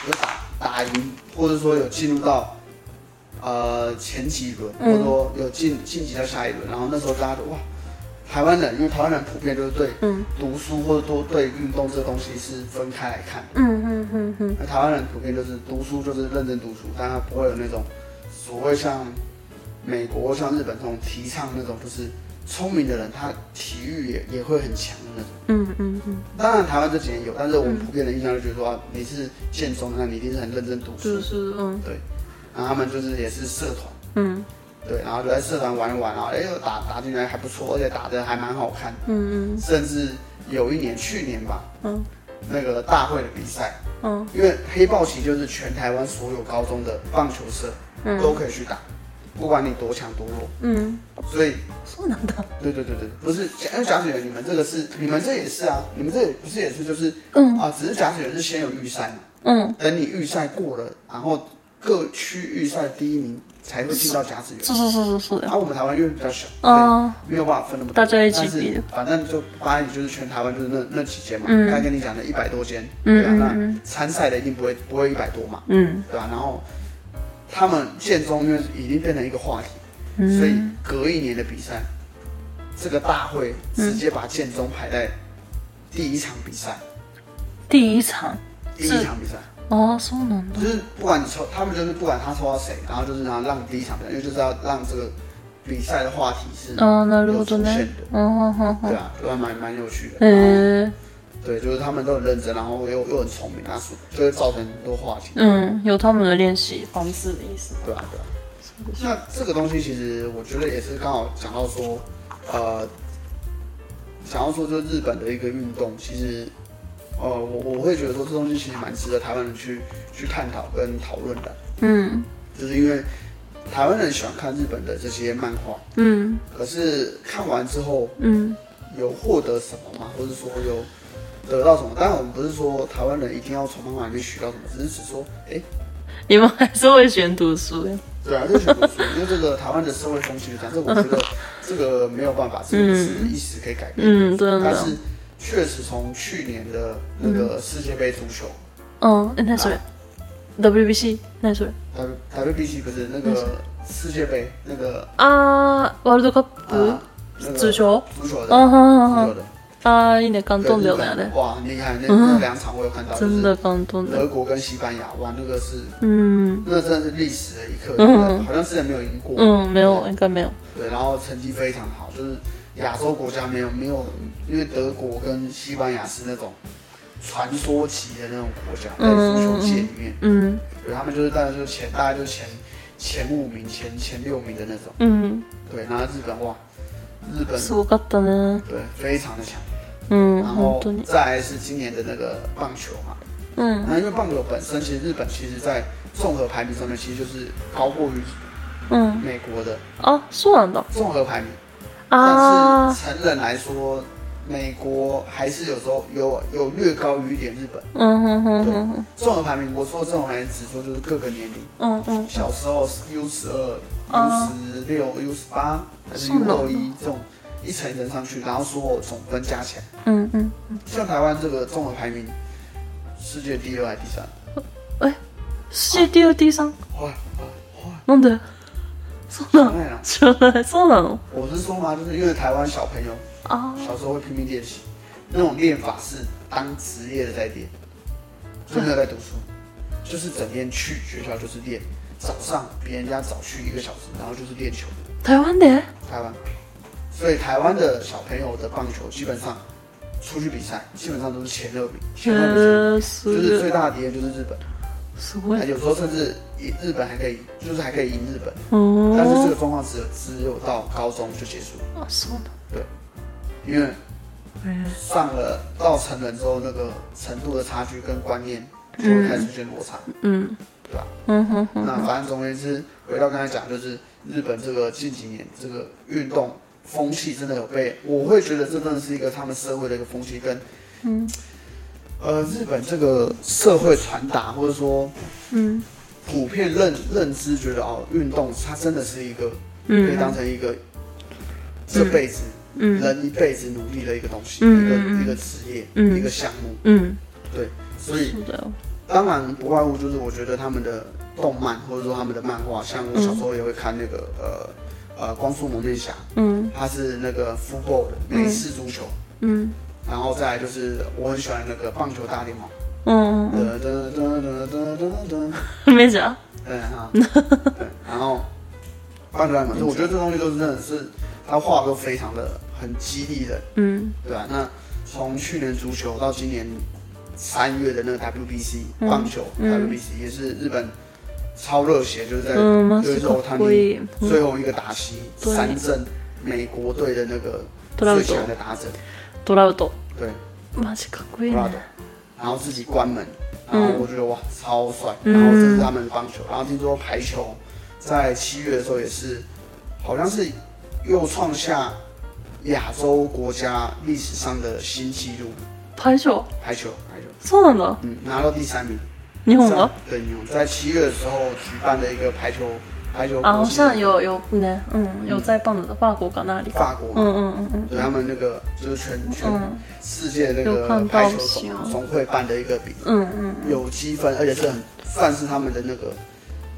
[SPEAKER 1] 有打打赢，或者说有进入到呃前几轮，
[SPEAKER 2] 嗯
[SPEAKER 1] 或者说有晋晋级到下一轮。然后那时候大家都哇，台湾人因为台湾人普遍就是对
[SPEAKER 2] 嗯
[SPEAKER 1] 读书或者说对运动这东西是分开来看的。
[SPEAKER 2] 嗯嗯嗯嗯，
[SPEAKER 1] 那台湾人普遍就是读书就是认真读书，但他不会有那种所谓像美国、像日本这种提倡那种就是聪明的人，他体育也也会很强的那种。
[SPEAKER 2] 嗯嗯嗯，
[SPEAKER 1] 当然，台湾这几年有，但是我们普遍的印象就觉得说，啊你是建中的，那你一定是很认真读书。
[SPEAKER 2] 就是嗯
[SPEAKER 1] 然后他们就是也是社团，
[SPEAKER 2] 嗯
[SPEAKER 1] 对，然后就在社团玩一玩，然后哎又打打进来还不错，而且打的还蛮好看。
[SPEAKER 2] 嗯
[SPEAKER 1] 甚至有一年，去年吧，
[SPEAKER 2] 嗯
[SPEAKER 1] 那个大会的比赛，
[SPEAKER 2] 嗯
[SPEAKER 1] 因为黑豹旗就是全台湾所有高中的棒球社都可以去打，不管你多强多弱。
[SPEAKER 2] 嗯，
[SPEAKER 1] 所以，
[SPEAKER 2] そうなんだ。
[SPEAKER 1] 对对对对，不是，因为甲子园你们这个是，你们这也是啊，你们这也不是也是就是
[SPEAKER 2] 嗯
[SPEAKER 1] 啊，只是甲子园是先有预赛嘛。
[SPEAKER 2] 嗯，
[SPEAKER 1] 等你预赛过了，然后各区预赛第一名才会进到甲子园。
[SPEAKER 2] そうそうそうそう
[SPEAKER 1] 然
[SPEAKER 2] だ。
[SPEAKER 1] 后我们台湾因为比较小，
[SPEAKER 2] 啊，
[SPEAKER 1] 对没有办法分那么多。
[SPEAKER 2] 大家一起
[SPEAKER 1] 但是
[SPEAKER 2] 比。
[SPEAKER 1] 反正就八也就是全台湾就是那那几间嘛，
[SPEAKER 2] 嗯
[SPEAKER 1] 刚才跟你讲的一百多间，
[SPEAKER 2] 嗯
[SPEAKER 1] 对吧、啊？
[SPEAKER 2] 嗯
[SPEAKER 1] 那参赛的一定不会不会一百多嘛，
[SPEAKER 2] 嗯
[SPEAKER 1] 对吧、然后他们建中因为已经变成一个话题，所以
[SPEAKER 2] 嗯
[SPEAKER 1] 隔一年的比赛，这个大会直接把建中排在第一场比赛，
[SPEAKER 2] 嗯第一场。
[SPEAKER 1] 第一场比赛。
[SPEAKER 2] 啊，そうなんだ
[SPEAKER 1] 就。是不管你抽，他们就是不管他抽到谁，然后就是让让第一场比赛，因为就是要让这个比赛的话题是
[SPEAKER 2] 啊，なる
[SPEAKER 1] 有
[SPEAKER 2] ほど
[SPEAKER 1] 出现
[SPEAKER 2] ね
[SPEAKER 1] 的，。
[SPEAKER 2] 嗯嗯
[SPEAKER 1] 对啊，都还蛮蛮有趣的。然后
[SPEAKER 2] 嗯，
[SPEAKER 1] 对，就是他们都很认真，然后又又很聪明，那是就会造成很多话题，
[SPEAKER 2] 嗯，有他们的练习方式的意思。
[SPEAKER 1] 对啊，对啊。那这个东西其实我觉得也是刚好讲到说，呃，想要说就是日本的一个运动，其实，呃，我我会觉得说这东西其实蛮值得台湾人去去探讨跟讨论的。
[SPEAKER 2] 嗯
[SPEAKER 1] 就是因为台湾人喜欢看日本的这些漫画，
[SPEAKER 2] 嗯
[SPEAKER 1] 可是看完之后
[SPEAKER 2] 嗯
[SPEAKER 1] 有获得什么吗？或者说有得到什么？当然，我们不是说台湾人一定要从漫画里面学到什么，只是只说，哎、
[SPEAKER 2] 你们还是会选读书呀？
[SPEAKER 1] 对啊，就学读书，因为这个台湾的社会风气，反正我觉得这个没有办法是是一时可以改变，
[SPEAKER 2] 嗯，真
[SPEAKER 1] 但
[SPEAKER 2] 的。
[SPEAKER 1] 是确实从去年的那个世界杯足球。
[SPEAKER 2] 嗯，え何それ？WBC？何それ？
[SPEAKER 1] W WBC 不是那个世界杯那个
[SPEAKER 2] あー、ワールドカッ
[SPEAKER 1] 啊，那
[SPEAKER 2] プ
[SPEAKER 1] 个
[SPEAKER 2] 足球？哦
[SPEAKER 1] 足球的
[SPEAKER 2] あ
[SPEAKER 1] 足
[SPEAKER 2] は
[SPEAKER 1] 球的，
[SPEAKER 2] あー、いいね、感
[SPEAKER 1] 对
[SPEAKER 2] 動だよ
[SPEAKER 1] 日
[SPEAKER 2] ね、
[SPEAKER 1] 本
[SPEAKER 2] あれ。
[SPEAKER 1] 哇，很厉害！那那两场我有看到，就
[SPEAKER 2] 嗯真
[SPEAKER 1] 是
[SPEAKER 2] 的感动
[SPEAKER 1] 德
[SPEAKER 2] 的，
[SPEAKER 1] 国跟西班牙，哇，那个是
[SPEAKER 2] 嗯
[SPEAKER 1] 那真的是历史的一刻，
[SPEAKER 2] 嗯
[SPEAKER 1] 好像之前没有赢过，
[SPEAKER 2] 嗯，没有，应该没有，
[SPEAKER 1] 对，然后成绩非常好，就是亚洲国家没有没有，因为德国跟西班牙是那种传说级的那种国家，在足球界里面，
[SPEAKER 2] 嗯
[SPEAKER 1] 对，他们就是大概就是前大概就是前前五名、前前六名的那种，
[SPEAKER 2] 嗯，
[SPEAKER 1] 对，然后日本哇，日本
[SPEAKER 2] すごかったね，
[SPEAKER 1] 对非常的强，
[SPEAKER 2] 嗯，
[SPEAKER 1] 然
[SPEAKER 2] 本
[SPEAKER 1] 后
[SPEAKER 2] 当に、
[SPEAKER 1] 再来是今年的那个棒球嘛。
[SPEAKER 2] 嗯
[SPEAKER 1] 那因为棒球本身，其实日本其实在综合排名上面，其实就是高过于
[SPEAKER 2] 嗯，
[SPEAKER 1] 美国的
[SPEAKER 2] 啊，そうなんだ，
[SPEAKER 1] 综合排名。但
[SPEAKER 2] 啊
[SPEAKER 1] 是，成人来说，美国还是有时候有有略高于一点日本。
[SPEAKER 2] 嗯哼哼哼，
[SPEAKER 1] 综合排名，我说综合排名只说就是各个年龄，
[SPEAKER 2] 嗯嗯，
[SPEAKER 1] 小时候 U 十二、
[SPEAKER 2] 哦
[SPEAKER 1] U 十六、U 十八还是
[SPEAKER 2] 是
[SPEAKER 1] U
[SPEAKER 2] 吗
[SPEAKER 1] 六一这种一层一层上去，然后所有总分加起来，
[SPEAKER 2] 嗯嗯，
[SPEAKER 1] 像台湾这个综合排名，世界第二还是第三？
[SPEAKER 2] 世界第二、第三、
[SPEAKER 1] 哇哇
[SPEAKER 2] なんで、そう
[SPEAKER 1] 哇！太难了。
[SPEAKER 2] なの、知らない、そうなの、
[SPEAKER 1] 我是说嘛，就是因为台湾小朋友
[SPEAKER 2] 啊，
[SPEAKER 1] 小时候会拼命练习，那种练法是当职业的在练，就没有在读书，就是整天去学校就是练，早上比人家早去一个小时，然后就是练球。
[SPEAKER 2] 台湾で、
[SPEAKER 1] 台湾，所以台湾的小朋友的棒球基本上出去比赛，基本上都是前六名，前六名。
[SPEAKER 2] えー、
[SPEAKER 1] 就是最
[SPEAKER 2] す
[SPEAKER 1] 大的敌人就是日本，
[SPEAKER 2] すごい
[SPEAKER 1] 那，有时候甚至赢日本还可以，就是还可以赢日本，
[SPEAKER 2] うん、
[SPEAKER 1] 但是这
[SPEAKER 2] あ
[SPEAKER 1] 个状况只有只有到高中就结束了，
[SPEAKER 2] そうな
[SPEAKER 1] 因为
[SPEAKER 2] の、え
[SPEAKER 1] 上了到成人之后，那个程度的差距跟观念就会开始出现落差。
[SPEAKER 2] 嗯，
[SPEAKER 1] 对吧？
[SPEAKER 2] 嗯哼哼，
[SPEAKER 1] 那反正总而言之，回到刚才讲，就是日本这个近几年这个运动风气真的有被，我会觉得这真的是一个他们社会的一个风气，跟
[SPEAKER 2] 嗯
[SPEAKER 1] 呃日本这个社会传达或者说
[SPEAKER 2] 嗯
[SPEAKER 1] 普遍认认知，觉得哦运动它真的是一个可以
[SPEAKER 2] 嗯
[SPEAKER 1] 当成一个这辈子、
[SPEAKER 2] 嗯
[SPEAKER 1] 人一辈子努力的一个东西，
[SPEAKER 2] 嗯
[SPEAKER 1] 一个、
[SPEAKER 2] 嗯嗯
[SPEAKER 1] 一个职业、
[SPEAKER 2] 嗯
[SPEAKER 1] 一个项目，
[SPEAKER 2] 嗯，
[SPEAKER 1] 所以
[SPEAKER 2] 是的，
[SPEAKER 1] 当然不外乎就是我觉得他们的动漫或者说他们的漫画，像我小时候也会看那个、呃呃光速蒙面侠，
[SPEAKER 2] 嗯
[SPEAKER 1] 他是那个 football 的美式足球，
[SPEAKER 2] 嗯
[SPEAKER 1] 然后再来就是我很喜欢那个棒球大联盟，
[SPEAKER 2] 嗯
[SPEAKER 1] 噔噔噔噔噔噔噔，
[SPEAKER 2] 嗯，没讲，
[SPEAKER 1] 对啊，对，然后棒球大联盟，就我觉得这东西都是真的是他画得都非常的很激励人，
[SPEAKER 2] 嗯
[SPEAKER 1] 对吧、那从去年足球到今年三月的那个 WBC
[SPEAKER 2] 嗯
[SPEAKER 1] 棒球、
[SPEAKER 2] 嗯
[SPEAKER 1] WBC 也是日本超热血，就是在
[SPEAKER 2] 嗯，マ
[SPEAKER 1] 有一
[SPEAKER 2] ジ
[SPEAKER 1] 次
[SPEAKER 2] か
[SPEAKER 1] 欧
[SPEAKER 2] っ
[SPEAKER 1] 汤
[SPEAKER 2] こいい。
[SPEAKER 1] 最后一个打席
[SPEAKER 2] 对
[SPEAKER 1] 三振美国队的那个
[SPEAKER 2] トラ
[SPEAKER 1] 最
[SPEAKER 2] ウト
[SPEAKER 1] 强，的打者，
[SPEAKER 2] トラウト。
[SPEAKER 1] 对
[SPEAKER 2] マジかっこいい
[SPEAKER 1] b r a
[SPEAKER 2] ね
[SPEAKER 1] d。然后自己关门，然
[SPEAKER 2] 嗯
[SPEAKER 1] 后我觉得哇超帅，
[SPEAKER 2] 嗯
[SPEAKER 1] 然后这是他们的棒球，然后听说排球在七月的时候也是，好像是又创下亚洲国家历史上的新纪录，
[SPEAKER 2] 大将
[SPEAKER 1] 排球排球。
[SPEAKER 2] そうなんだ。
[SPEAKER 1] 嗯，拿到第三名。
[SPEAKER 2] 日本
[SPEAKER 1] 上
[SPEAKER 2] が
[SPEAKER 1] 对，日本在七月的时候举办的一个排球排球
[SPEAKER 2] あ、好
[SPEAKER 1] 国际的
[SPEAKER 2] 像哦有有ね。嗯。有在棒的法国かなありか。
[SPEAKER 1] 法国
[SPEAKER 2] う
[SPEAKER 1] 嘛，
[SPEAKER 2] んうんうん
[SPEAKER 1] 对他们那个就是全
[SPEAKER 2] う
[SPEAKER 1] 全
[SPEAKER 2] ん。
[SPEAKER 1] 世界那
[SPEAKER 2] 嗯有
[SPEAKER 1] 个
[SPEAKER 2] 看到哦
[SPEAKER 1] 排球
[SPEAKER 2] 行
[SPEAKER 1] 总总会办的一个比
[SPEAKER 2] うんうん
[SPEAKER 1] 有积分，而且是很算是他们的那个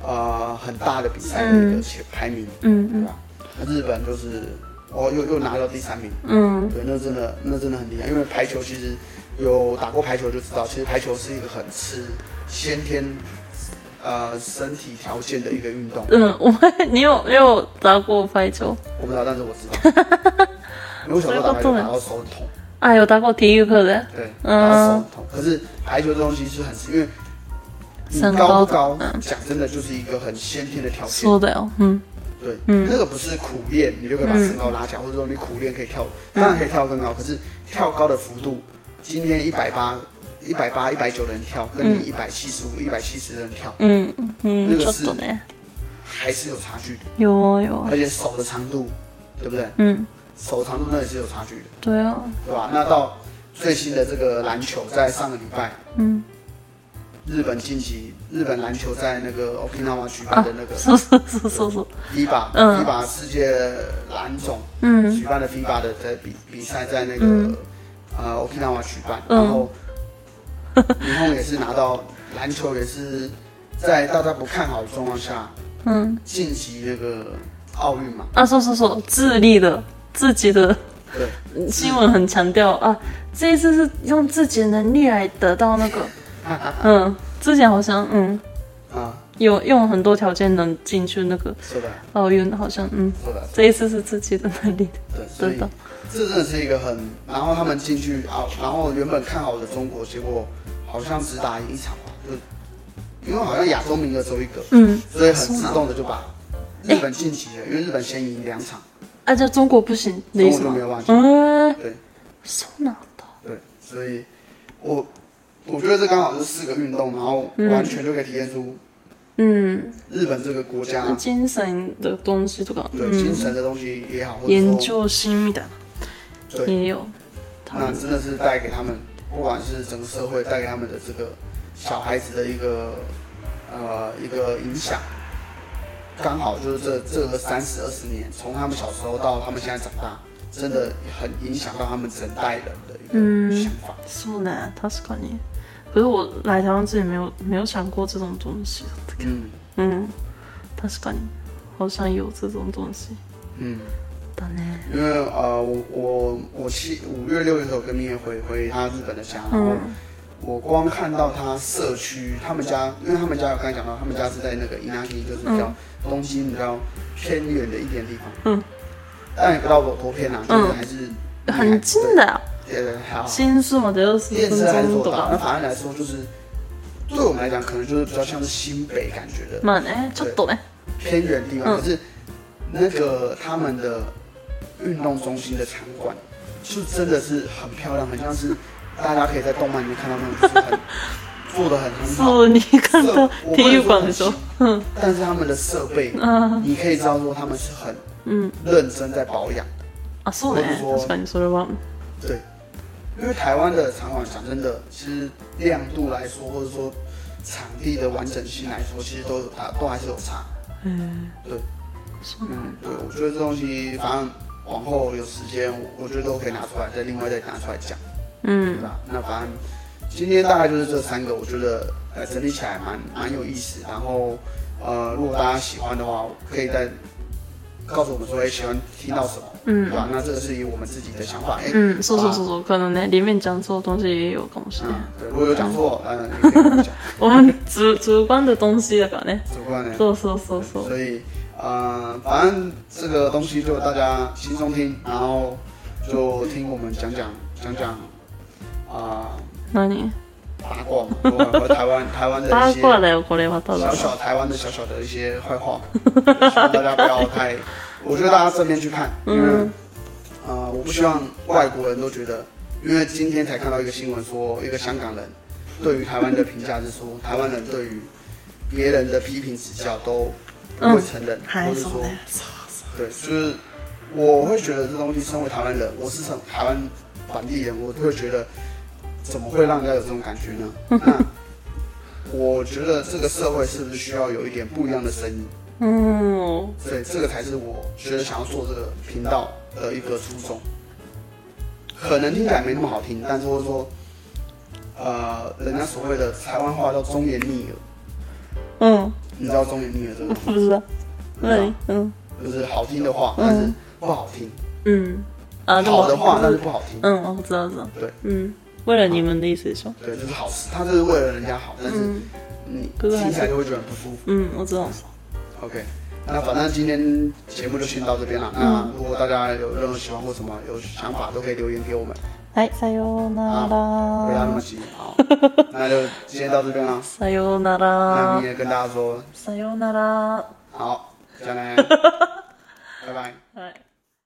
[SPEAKER 1] 呃很大的比赛的
[SPEAKER 2] 嗯
[SPEAKER 1] 一个前排名，
[SPEAKER 2] う
[SPEAKER 1] 对
[SPEAKER 2] ん
[SPEAKER 1] 吧？那日本就是哦又又拿到第三名，
[SPEAKER 2] うん。うん。
[SPEAKER 1] 对，那真的那真的很厉害，因为排球其实有打过排球就知道，其实排球是一个很吃先天呃身体条件的一个运动。
[SPEAKER 2] 嗯，我们你有你有打过排球？
[SPEAKER 1] 我不知道，但是我知道。因为我小时候打排球打到手很痛，
[SPEAKER 2] 啊，有打过体育课的。
[SPEAKER 1] 对，
[SPEAKER 2] 嗯
[SPEAKER 1] 打到手很痛。可是排球这东西是很吃，因为你
[SPEAKER 2] 身
[SPEAKER 1] 高
[SPEAKER 2] 高
[SPEAKER 1] 不高，
[SPEAKER 2] 嗯
[SPEAKER 1] 讲真的就是一个很先天的条件。
[SPEAKER 2] そうだよ。うん。
[SPEAKER 1] 对，
[SPEAKER 2] 嗯
[SPEAKER 1] 那个不是苦练，你就可以把身高拉起来，或者说你苦练可以跳，
[SPEAKER 2] 嗯
[SPEAKER 1] 当然可以跳更高，可是跳高的幅度，今天一百八、一百八、一百九的人跳，跟
[SPEAKER 2] 嗯
[SPEAKER 1] 你一百七十五、一百七十的人跳，
[SPEAKER 2] うんうん。
[SPEAKER 1] 那
[SPEAKER 2] ち
[SPEAKER 1] 个
[SPEAKER 2] ょ
[SPEAKER 1] 是
[SPEAKER 2] っとね。
[SPEAKER 1] 还是有差距的，
[SPEAKER 2] 有有
[SPEAKER 1] 而。且手的长度，对不对？
[SPEAKER 2] 嗯，
[SPEAKER 1] 手长度那也是有差距的。
[SPEAKER 2] 对啊。
[SPEAKER 1] 对吧？那到最新的这个篮球，在上个礼拜，
[SPEAKER 2] 嗯。
[SPEAKER 1] 日本晋级，日本篮球在那个 Okinawa 举办的那个
[SPEAKER 2] そうそうそうそうそう。
[SPEAKER 1] FIBA、
[SPEAKER 2] 嗯
[SPEAKER 1] FIBA 世界篮总
[SPEAKER 2] うん
[SPEAKER 1] 举办的 FIBA 的在比比赛在那个、
[SPEAKER 2] 嗯
[SPEAKER 1] 呃 Okinawa 举办，
[SPEAKER 2] 嗯
[SPEAKER 1] 然后日本也是拿到篮球，也是在大家不看好的状况下
[SPEAKER 2] うん。
[SPEAKER 1] 晋级那个奥运嘛，
[SPEAKER 2] 啊，说说说，自立的自己的
[SPEAKER 1] 对。
[SPEAKER 2] 新闻很强调啊，这一次是用自己的能力来得到那个，嗯，之前好像嗯
[SPEAKER 1] 啊，
[SPEAKER 2] 有用很多条件能进去那个
[SPEAKER 1] 是的，
[SPEAKER 2] 奥运，好像嗯，
[SPEAKER 1] 是的，
[SPEAKER 2] 这一次是自己的能力
[SPEAKER 1] 对，所
[SPEAKER 2] 得
[SPEAKER 1] 以
[SPEAKER 2] 到，
[SPEAKER 1] 这真的是一个很，然后他们进去啊，然后原本看好的中国，结果好像只打赢一场吧，就因为好像亚洲名额只有一个，
[SPEAKER 2] 嗯，
[SPEAKER 1] 所以很自动的就把日本晋级了，因为日本先赢两场，
[SPEAKER 2] 啊，这中国不行的
[SPEAKER 1] 中
[SPEAKER 2] 意
[SPEAKER 1] 国
[SPEAKER 2] 思
[SPEAKER 1] 就
[SPEAKER 2] 吗
[SPEAKER 1] 没？有办法。
[SPEAKER 2] 嗯，
[SPEAKER 1] 对
[SPEAKER 2] そうなんだ。
[SPEAKER 1] 对，所以我我觉得这刚好是四个运动，然后完全就可以体现出
[SPEAKER 2] 嗯，
[SPEAKER 1] 日本这个国家、
[SPEAKER 2] 精神的东西とか、
[SPEAKER 1] 对精神的东西也好，或者
[SPEAKER 2] 研
[SPEAKER 1] 说
[SPEAKER 2] 究心みたいな
[SPEAKER 1] 对，
[SPEAKER 2] 也有，他
[SPEAKER 1] 那
[SPEAKER 2] 们
[SPEAKER 1] 真的是带给他们，不管是整个社会带给他们的这个小孩子的一个呃一个影响，刚好就是这这三十二十年，从他们小时候到他们现在长大，真的很影响到他们整代人的一个想法。
[SPEAKER 2] そうね、確かに。可是我来台湾之前没有没有想过这种东西。
[SPEAKER 1] 嗯
[SPEAKER 2] 嗯，確かに，好像有这种东西。
[SPEAKER 1] 嗯，
[SPEAKER 2] だね。
[SPEAKER 1] 因为呃我我我七五月六月的时候跟蜜月回回他日本的家，然后
[SPEAKER 2] 嗯
[SPEAKER 1] 我光看到他社区，他们家，因为他们家有刚才讲到，他们家是在那个伊那基，就是比较东京比较偏远的一点地方。
[SPEAKER 2] 嗯。
[SPEAKER 1] 但也不到多多偏啊，就是还是
[SPEAKER 2] 很近的啊呀，
[SPEAKER 1] 对对还好。
[SPEAKER 2] 新宿まで二十
[SPEAKER 1] 电
[SPEAKER 2] 分
[SPEAKER 1] 车还是
[SPEAKER 2] 钟
[SPEAKER 1] 做
[SPEAKER 2] と
[SPEAKER 1] 到，那
[SPEAKER 2] か。
[SPEAKER 1] 反而来说就是，对我们来讲可能就是比较像是新北感觉的
[SPEAKER 2] まあね、ちょっとね。
[SPEAKER 1] 偏远地方，
[SPEAKER 2] 嗯
[SPEAKER 1] 可是那个他们的运动中心的场馆，就真的是很漂亮，很像是大家可以在动漫里面看到那种就是很做的很很好，
[SPEAKER 2] 哦，你看到
[SPEAKER 1] 色我不能说
[SPEAKER 2] 体育馆的时候，嗯
[SPEAKER 1] 但是他们的设备，
[SPEAKER 2] 嗯
[SPEAKER 1] 你可以知道说他们是很
[SPEAKER 2] 嗯
[SPEAKER 1] 认真在保养。
[SPEAKER 2] 啊，そう
[SPEAKER 1] 我
[SPEAKER 2] ね。
[SPEAKER 1] 是说
[SPEAKER 2] 確かにそれは。
[SPEAKER 1] 对，因为台湾的场馆讲真的，其实亮度来说，或者说场地的完整性来说，其实都有它都还是有差。
[SPEAKER 2] 嗯，
[SPEAKER 1] 对
[SPEAKER 2] そうなんだ
[SPEAKER 1] 嗯，对，我觉得这东西反正往后有时间，我我觉得都可以拿出来，再另外再拿出来讲，对
[SPEAKER 2] 嗯，
[SPEAKER 1] 吧？那反正今天大概就是这三个，我觉得呃整理起来蛮蛮有意思。然后呃，如果大家喜欢的话，可以再告诉我们说，哎、喜欢听到什么，对
[SPEAKER 2] 嗯
[SPEAKER 1] 吧？那这个是以我们自己的想法，哎、
[SPEAKER 2] 嗯，そうそうそうそう，可能ね、里面讲错的东西也有かもしれない。
[SPEAKER 1] 嗯，对，如果有讲错，嗯，也可以跟我们讲，
[SPEAKER 2] 我们主主观的东西だからね。
[SPEAKER 1] 主观的。
[SPEAKER 2] そうそうそうそう。
[SPEAKER 1] 所以，呃，反正这个东西就大家轻松听，然后就听我们讲讲讲讲啊、
[SPEAKER 2] 何？
[SPEAKER 1] 八卦 嘛，和台湾台湾的
[SPEAKER 2] 八
[SPEAKER 1] 一些
[SPEAKER 2] 卦だよこれはただ
[SPEAKER 1] 小。小台湾的小小的一些坏话，希望大家不要太，我觉得大家正面去看，因为
[SPEAKER 2] 嗯
[SPEAKER 1] 啊、呃我不希望外国人都觉得，因为今天才看到一个新闻说，一个香港人对于台湾的评价是说，台湾人对于别人的批评指教都不会承认，
[SPEAKER 2] はい
[SPEAKER 1] 或者
[SPEAKER 2] そ
[SPEAKER 1] 说
[SPEAKER 2] うね。
[SPEAKER 1] 对，就是我会觉得这东西，身为台湾人，我是从台湾本地人，我会觉得怎么会让人家有这种感觉呢？那我觉得这个社会是不是需要有一点不一样的声音？
[SPEAKER 2] うん。
[SPEAKER 1] 对，这个才是我觉得想要做这个频道的一个初衷。可能听起来没那么好听，但是或者说，呃，人家所谓的台湾话叫忠言逆耳，
[SPEAKER 2] うん。
[SPEAKER 1] 你知道忠言逆耳这个吗？
[SPEAKER 2] 不知道。何？うん。
[SPEAKER 1] 就是好听的话，但是不好听；
[SPEAKER 2] うん。あ、でも。
[SPEAKER 1] 好的话，但是不好听。
[SPEAKER 2] うん、我知道知道。
[SPEAKER 1] 对。
[SPEAKER 2] 嗯，为了你们的意思是吧？
[SPEAKER 1] 对，就是好事，他就是为了人家好，但是
[SPEAKER 2] 嗯
[SPEAKER 1] 你
[SPEAKER 2] 可是还
[SPEAKER 1] 听
[SPEAKER 2] 是
[SPEAKER 1] 起来就会觉得很不舒服。
[SPEAKER 2] 嗯，我知道。
[SPEAKER 1] OK，那反正今天节目就先到这边了。那如果大家有任何喜欢或什么有想法，都可以留言给我们，
[SPEAKER 2] はい、さような哦
[SPEAKER 1] 不要那么
[SPEAKER 2] ら。
[SPEAKER 1] 急。好，那就今天到这边了。
[SPEAKER 2] さような
[SPEAKER 1] 那
[SPEAKER 2] ら
[SPEAKER 1] 你。也跟大家说
[SPEAKER 2] さようなら。
[SPEAKER 1] 好，再见，拜拜。
[SPEAKER 2] はい。